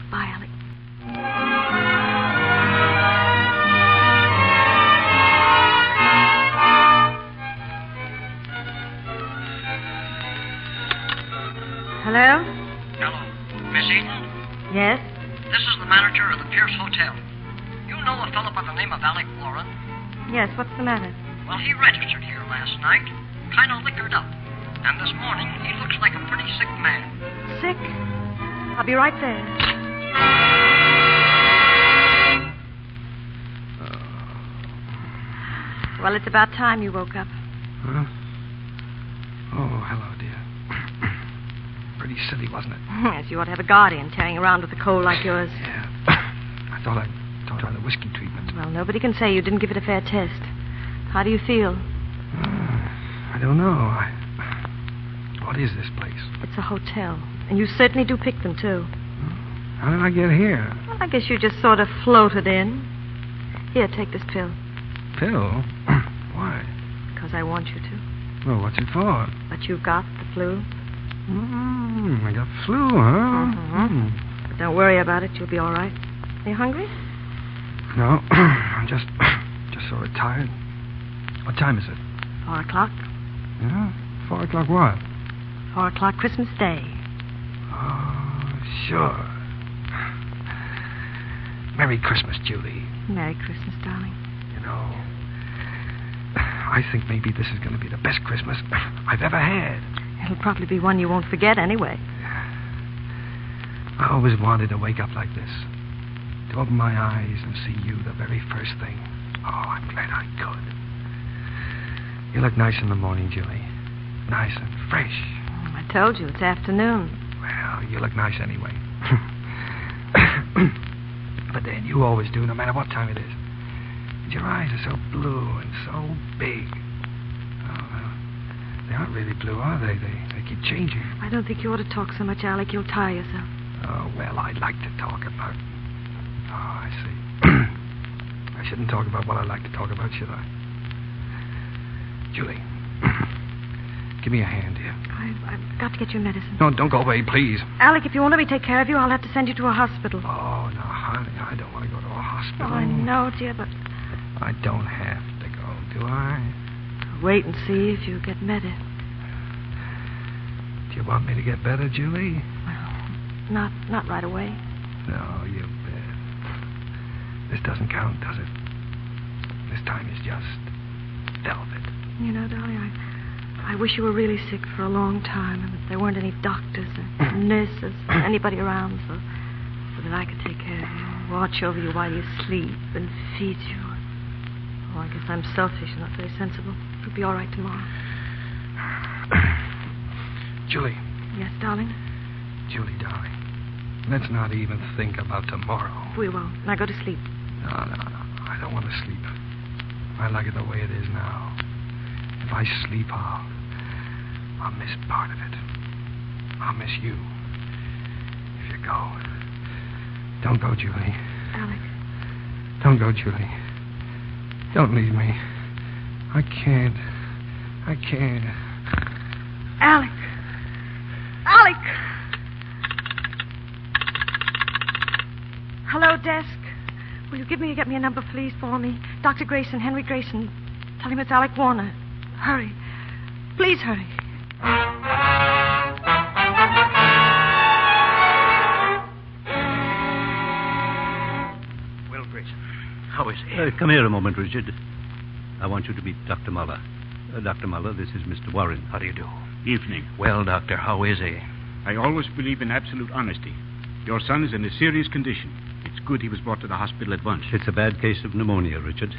Goodbye, Alec. Hello? Hello. Miss Eaton, Yes? this is the manager of the Pierce Hotel. You know a fellow by the name of Alec Warren? Yes, what's the matter? Well, he registered here last night, kind of liquored up. And this morning, he looks like a pretty sick man. Sick? I'll be right there. Well, it's about time you woke up. Huh? Oh, hello, dear. Pretty silly, wasn't it? Yes, you ought to have a guardian tearing around with a cold like yours. I thought I'd taught her the whiskey treatment. Well, nobody can say you didn't give it a fair test. How do you feel? I don't know. I... What is this place? It's a hotel, and you certainly do pick them, too. How did I get here? Well, I guess you just sort of floated in. Here, take this pill, Pill? Why? because I want you to. Well, what's it for? But you got the flu. Mm, I got flu, huh? Hmm. Mhm. But don't worry about it, you'll be all right. Are you hungry? Mm. No, I'm just... Just sort of tired. What time is it? Four o'clock. Yeah? Four o'clock what? Four o'clock Christmas Day. Sure. Merry Christmas, Julie. Merry Christmas, darling. You know, I think maybe this is going to be the best Christmas I've ever had. It'll probably be one you won't forget anyway. I always wanted to wake up like this, to open my eyes and see you the very first thing. Oh, I'm glad I could. You look nice in the morning, Julie. Nice and fresh. I told you, it's afternoon. Well, Oh, you look nice anyway. but then you always do, no matter what time it is. And your eyes are so blue and so big. Oh, well, they aren't really blue, are they? They they keep changing. I don't think you ought to talk so much, Alec. You'll tire yourself. Oh, well, I'd like to talk about. Oh, I see. I shouldn't talk about what I like to talk about, should I? Julie, give me a hand here. I've, I've got to get your medicine. No, don't go away, please. Alec, if you won't let me take care of you, I'll have to send you to a hospital. Oh, no, honey, I don't want to go to a Oh, hospital. I know, dear, but I don't have to go, do I? wait and see if you get better. Do you want me to get better, Julie? Not, not right away. No, you bet. This doesn't count, does it? This time is just velvet. You know, darling, I, I wish you were really sick for a long time, and that there weren't any doctors or nurses or anybody around, so, so that I could take care of you, and watch over you while you sleep, and feed you. Oh, I guess I'm selfish and not very sensible. You'll be all right tomorrow. Julie, Yes, darling. Julie, darling. Let's not even think about tomorrow. We won't. Now go to sleep. No, no, no. I don't want to sleep. I like it the way it is now. If I sleep, I'll, I'll miss part of it. I'll miss you. If you go. Don't go, Julie. Alec. Don't go, Julie. Don't leave me. I can't. I can't. Alec. Alec. Hello, desk. Will you give me get me a number, please, for me? Dr. Grayson, Henry Grayson. Tell him it's Alec Warner. Hurry. Please hurry. Will Grayson. How is he? Uh, come here a moment, Richard. I want you to meet Dr. Muller. Uh, Dr. Muller, this is Mr. Warren. How do you do? Evening. Well, Doctor, how is he? I always believe in absolute honesty. Your son is in a serious condition. It's good he was brought to the hospital at once. It's a bad case of pneumonia, Richard.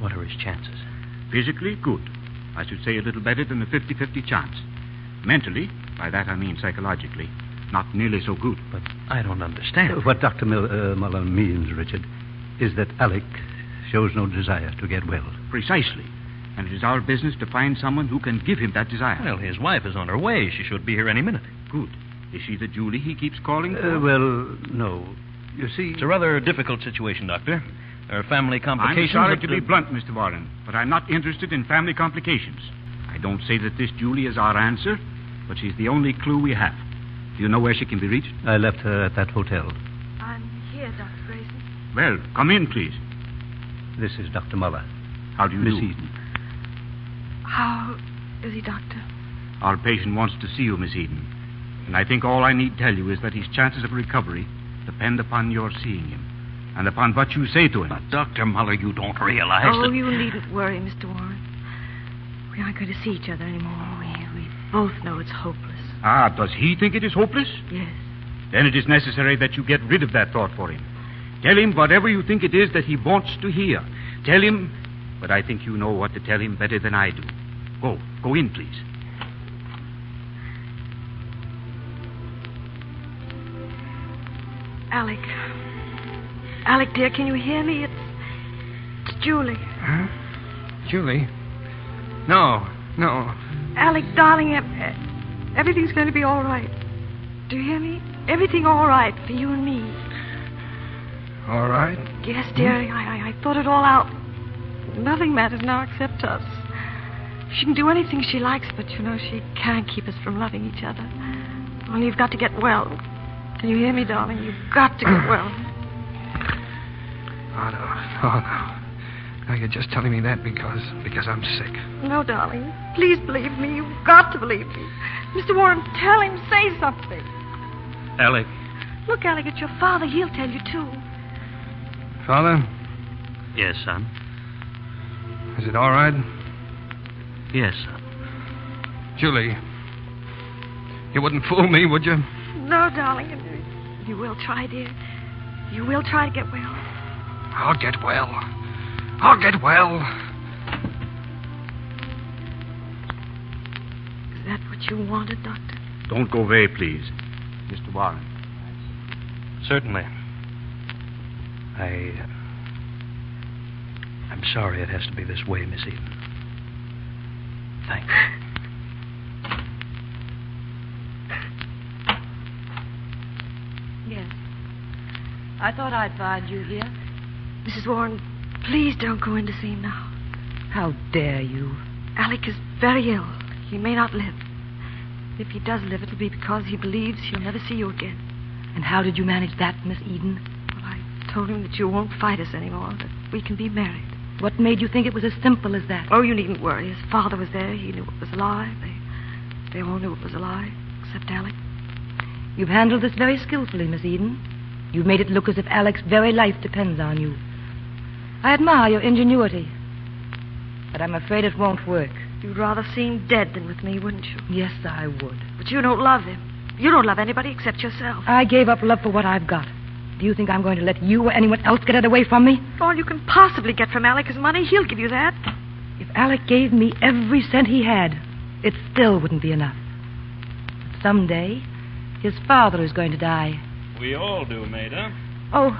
What are his chances? Physically, good. I should say a little better than a 50 50 chance. Mentally, by that I mean psychologically, not nearly so good. But I don't understand. what Dr. Mil- uh, Muller means, Richard, is that Alec shows no desire to get well. Precisely. And it is our business to find someone who can give him that desire. Well, his wife is on her way. She should be here any minute. Good. Is she the Julie he keeps calling for? Uh, well, no. You see. It's a rather difficult situation, Doctor. There are family complications. I'm sorry but, to uh, be blunt, Mr. Warren, but I'm not interested in family complications. I don't say that this Julie is our answer, but she's the only clue we have. Do you know where she can be reached? I left her uh, at that hotel. I'm here, Dr. Grayson. Well, come in, please. This is Dr. Muller. How do you Miss do? Eden. How is he, Doctor? Our patient wants to see you, Miss Eden. And I think all I need tell you is that his chances of recovery depend upon your seeing him and upon what you say to him. But, Dr. Muller, you don't realize Oh, that. you needn't worry, Mr. Warren. We aren't going to see each other anymore. are We, we both know it's hopeless. Ah, does he think it is hopeless? Yes. Then it is necessary that you get rid of that thought for him. Tell him whatever you think it is that he wants to hear. Tell him. But I think you know what to tell him better than I do. Go. Go in, please. Alec. Alec, dear, can you hear me? It's, it's Julie. Huh? Julie? No, no. Alec, darling, ev- eh, everything's going to be all right. Do you hear me? Everything all right for you and me. All right. Yes, dearie, I, I, I thought it all out. Nothing matters now except us. She can do anything she likes, but you know, she can't keep us from loving each other. Only you've got to get well. Can you hear me, darling? You've got to get well. Oh, no. Oh, no. Now you're just telling me that because because I'm sick. No, darling. Please believe me. You've got to believe me. Mr. Warren, tell him, say something. Alec. Look, Alec, it's your father. He'll tell you, too. Father, Yes, son. is it all right? Yes, son. Julie, you wouldn't fool me, would you? No, darling. and You will try, dear. You will try to get well. I'll Oh, get well. I'll get well. Is that what you wanted, Doctor? Don't go away, please. Mr. Warren. Certainly. I. I'm sorry it has to be this way, Miss Eden. Thanks. Yes. I thought I'd find you here. Mrs. Warren, please don't go in to see him now. How dare you? Alec is very ill. He may not live. If he does live, it'll be because he believes he'll never see you again. And how did you manage that, Miss Eden? Told him that you won't fight us anymore, that we can be married. What made you think it was as simple as that? Oh, you needn't worry. His father was there. He knew it was a lie. They, they all knew it was a lie, except Alec. You've handled this very skillfully, Miss Eden. You've made it look as if Alec's very life depends on you. I admire your ingenuity, but I'm afraid it won't work. You'd rather see him dead than with me, wouldn't you? Yes, I would. But you don't love him. You don't love anybody except yourself. I gave up love for what I've got. Do you think I'm going to let you or anyone else get it away from me? All you can possibly get from Alec is money. He'll give you that. If Alec gave me every cent he had, it still wouldn't be enough. But someday, his father is going to die. We all do, Maida. Oh,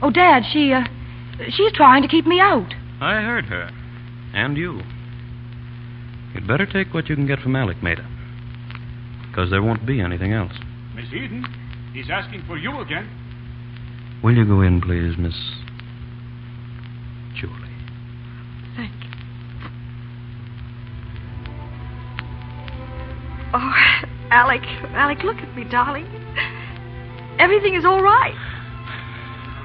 oh, Dad, she, uh, she's trying to keep me out. I heard her. And you. You'd better take what you can get from Alec, Maida. Because there won't be anything else. Miss Eden, he's asking for you again. Will you go in, please, Miss. Julie? Thank you. Oh, Alec, Alec, look at me, darling. Everything is all right.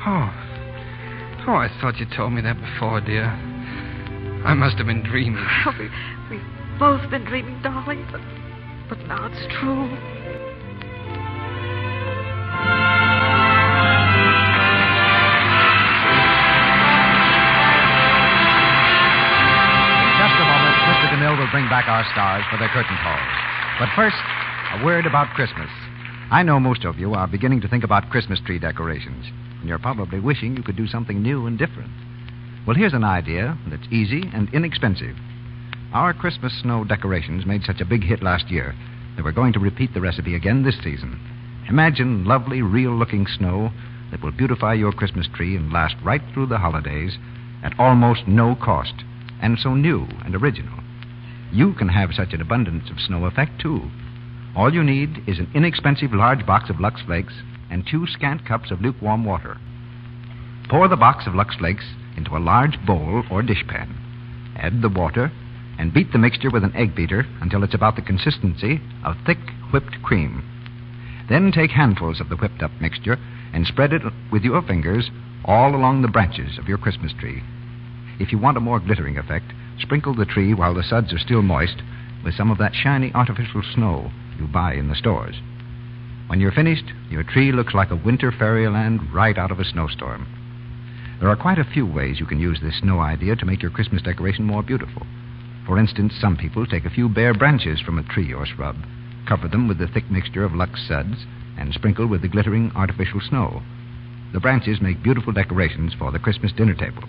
Oh. Oh, I thought you told me that before, dear. I must have been dreaming. Well, we, we've both been dreaming, darling, but, but now it's true. In just a moment, Mr. DeMille will bring back our stars for their curtain calls. But first, a word about Christmas. I know most of you are beginning to think about Christmas tree decorations, and you're probably wishing you could do something new and different. Well, here's an idea that's easy and inexpensive. Our Christmas snow decorations made such a big hit last year that we're going to repeat the recipe again this season. Imagine lovely, real looking snow that will beautify your Christmas tree and last right through the holidays at almost no cost, and so new and original. You can have such an abundance of snow effect, too. All you need is an inexpensive large box of Lux Flakes and two scant cups of lukewarm water. Pour the box of Lux Flakes into a large bowl or dishpan. Add the water and beat the mixture with an egg beater until it's about the consistency of thick whipped cream. Then take handfuls of the whipped up mixture and spread it with your fingers all along the branches of your Christmas tree. If you want a more glittering effect, sprinkle the tree while the suds are still moist with some of that shiny artificial snow you buy in the stores. When you're finished, your tree looks like a winter fairyland right out of a snowstorm. There are quite a few ways you can use this snow idea to make your Christmas decoration more beautiful. For instance, some people take a few bare branches from a tree or shrub, cover them with the thick mixture of Lux suds, and sprinkle with the glittering artificial snow. The branches make beautiful decorations for the Christmas dinner table,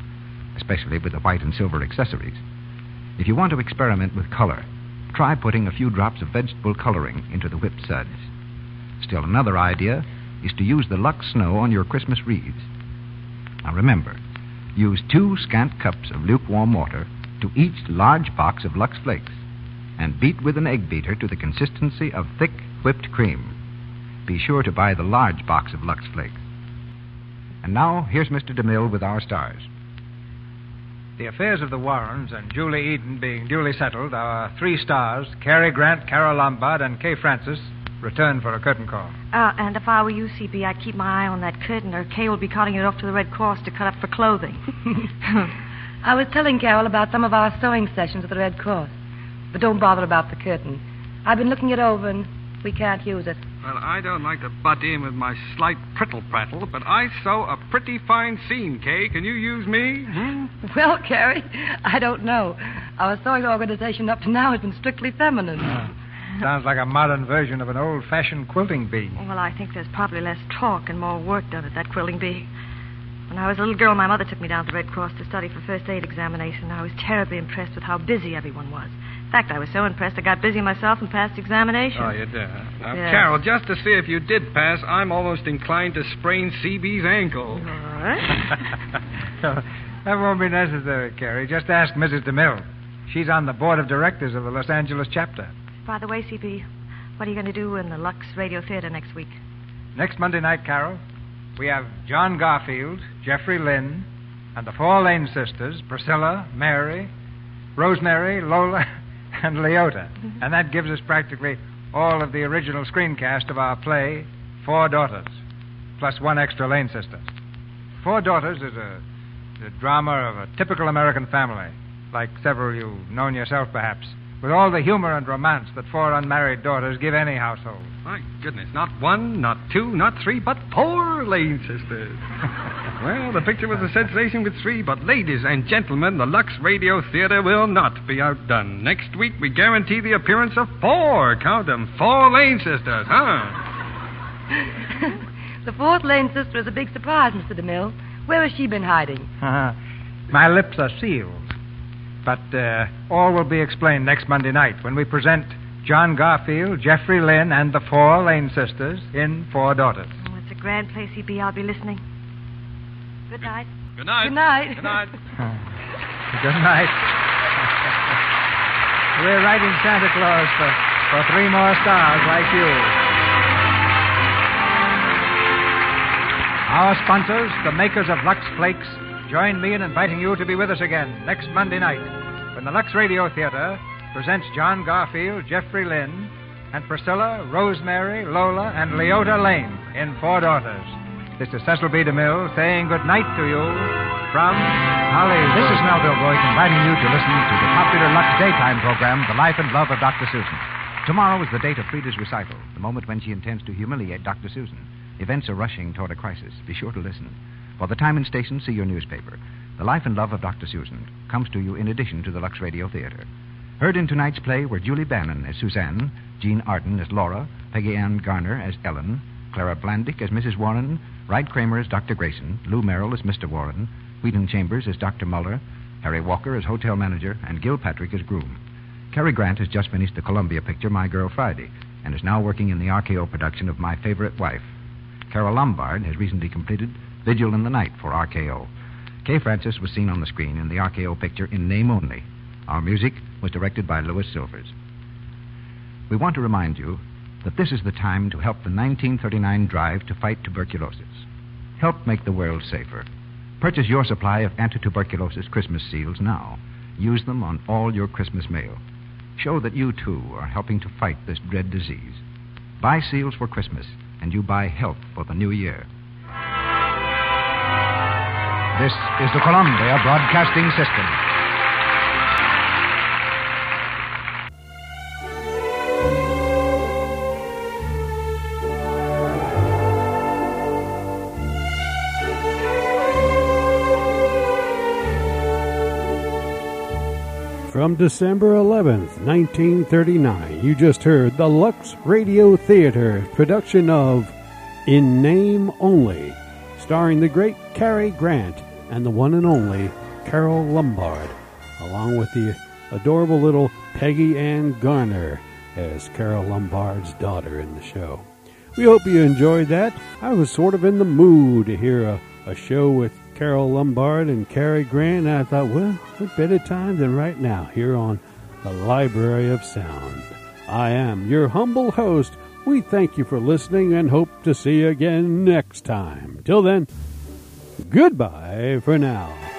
especially with the white and silver accessories. If you want to experiment with color, try putting a few drops of vegetable coloring into the whipped suds. Still another idea is to use the Lux Snow on your Christmas wreaths. Now remember, use two scant cups of lukewarm water to each large box of Lux Flakes and beat with an egg beater to the consistency of thick whipped cream. Be sure to buy the large box of Lux Flakes. And now, here's Mr. DeMille with our stars. The affairs of the Warrens and Julie Eden being duly settled, our three stars, Cary Grant, Carol Lombard, and Kay Francis, return for a curtain call. Uh, and if I were you, CP, I'd keep my eye on that curtain, or Kay will be carting it off to the Red Cross to cut up for clothing. I was telling Carol about some of our sewing sessions at the Red Cross. But don't bother about the curtain. I've been looking it over and we can't use it. Well, I don't like to butt in with my slight prittle prattle, but I sew a pretty fine seam, Kay. Can you use me? Hmm? Well, Carrie, I don't know. Our sewing organization up to now has been strictly feminine. Sounds like a modern version of an old fashioned quilting bee. well, I think there's probably less talk and more work done at that quilting bee. When I was a little girl, my mother took me down to the Red Cross to study for first aid examination. I was terribly impressed with how busy everyone was. In fact, I was so impressed I got busy myself and passed examination. Oh, you do. Now, Yes. Carol, just to see if you did pass, I'm almost inclined to sprain CB's ankle. All right. That won't be necessary, Carrie. Just ask Mrs. DeMille. She's on the board of directors of the Los Angeles chapter. By the way, CP, what are you going to do in the Lux Radio Theater next week? Next Monday night, Carol, we have John Garfield, Jeffrey Lynn, and the Four Lane sisters, Priscilla, Mary, Rosemary, Lola, and Leota. And that gives us practically all of the original screencast of our play, Four Daughters, plus one extra Lane sister. Four Daughters is a, the drama of a typical American family, like several you've known yourself, perhaps, with all the humor and romance that four unmarried daughters give any household. My goodness, not one, not two, not three, but four Lane sisters. well, the picture was a sensation with three, but ladies and gentlemen, the Lux Radio Theater will not be outdone. Next week, we guarantee the appearance of four, count them, four Lane sisters, huh? the fourth lane sister is a big surprise, Mr. DeMille. Where has she been hiding? Uh-huh. My lips are sealed. But uh, all will be explained next Monday night when we present John Garfield, Jeffrey Lynn, and the four Lane sisters in Four Daughters. Oh, it's a grand place, CP. I'll be listening. Good night. Good night. Good night. Good night. Good night. We're writing Santa Claus for, for three more stars like you. Our sponsors, the makers of Lux Flakes, join me in inviting you to be with us again next Monday night when the Lux Radio Theater presents John Garfield, Jeffrey Lynn, and Priscilla, Rosemary, Lola, and Leota Lane in Four Daughters. This is Cecil B. DeMille saying good night to you from Holly. This is Melville Boyce inviting you to listen to the popular Lux Daytime program, The Life and Love of Dr. Susan. Tomorrow is the date of Frida's recital, the moment when she intends to humiliate Dr. Susan. Events are rushing toward a crisis. Be sure to listen. For the time and station, see your newspaper. The Life and Love of Dr. Susan comes to you in addition to the Lux Radio Theater. Heard in tonight's play were Julie Bannon as Suzanne, Jean Arden as Laura, Peggy Ann Garner as Ellen, Clara Blandick as Mrs. Warren, Wright Kramer as Dr. Grayson, Lou Merrill as Mr. Warren, Wheaton Chambers as Dr. Muller, Harry Walker as hotel manager, and Gil Patrick as groom. Cary Grant has just finished the Columbia picture My Girl Friday and is now working in the RKO production of My Favorite Wife. Carol Lombard has recently completed Vigil in the Night for RKO. Kay Francis was seen on the screen in the RKO picture in name only. Our music was directed by Louis Silvers. We want to remind you that this is the time to help the 1939 drive to fight tuberculosis. Help make the world safer. Purchase your supply of anti tuberculosis Christmas seals now. Use them on all your Christmas mail. Show that you, too, are helping to fight this dread disease. Buy seals for Christmas, and you buy help for the new year. This is the Columbia Broadcasting System. From December 11th, 1939, you just heard the Lux Radio Theater production of In Name Only, starring the great Cary Grant and the one and only Carol Lombard, along with the adorable little Peggy Ann Garner as Carol Lombard's daughter in the show. We hope you enjoyed that. I was sort of in the mood to hear a, a show with Carol Lombard and Cary Grant. And I thought, well, what better time than right now here on the Library of Sound? I am your humble host. We thank you for listening and hope to see you again next time. Till then, goodbye for now.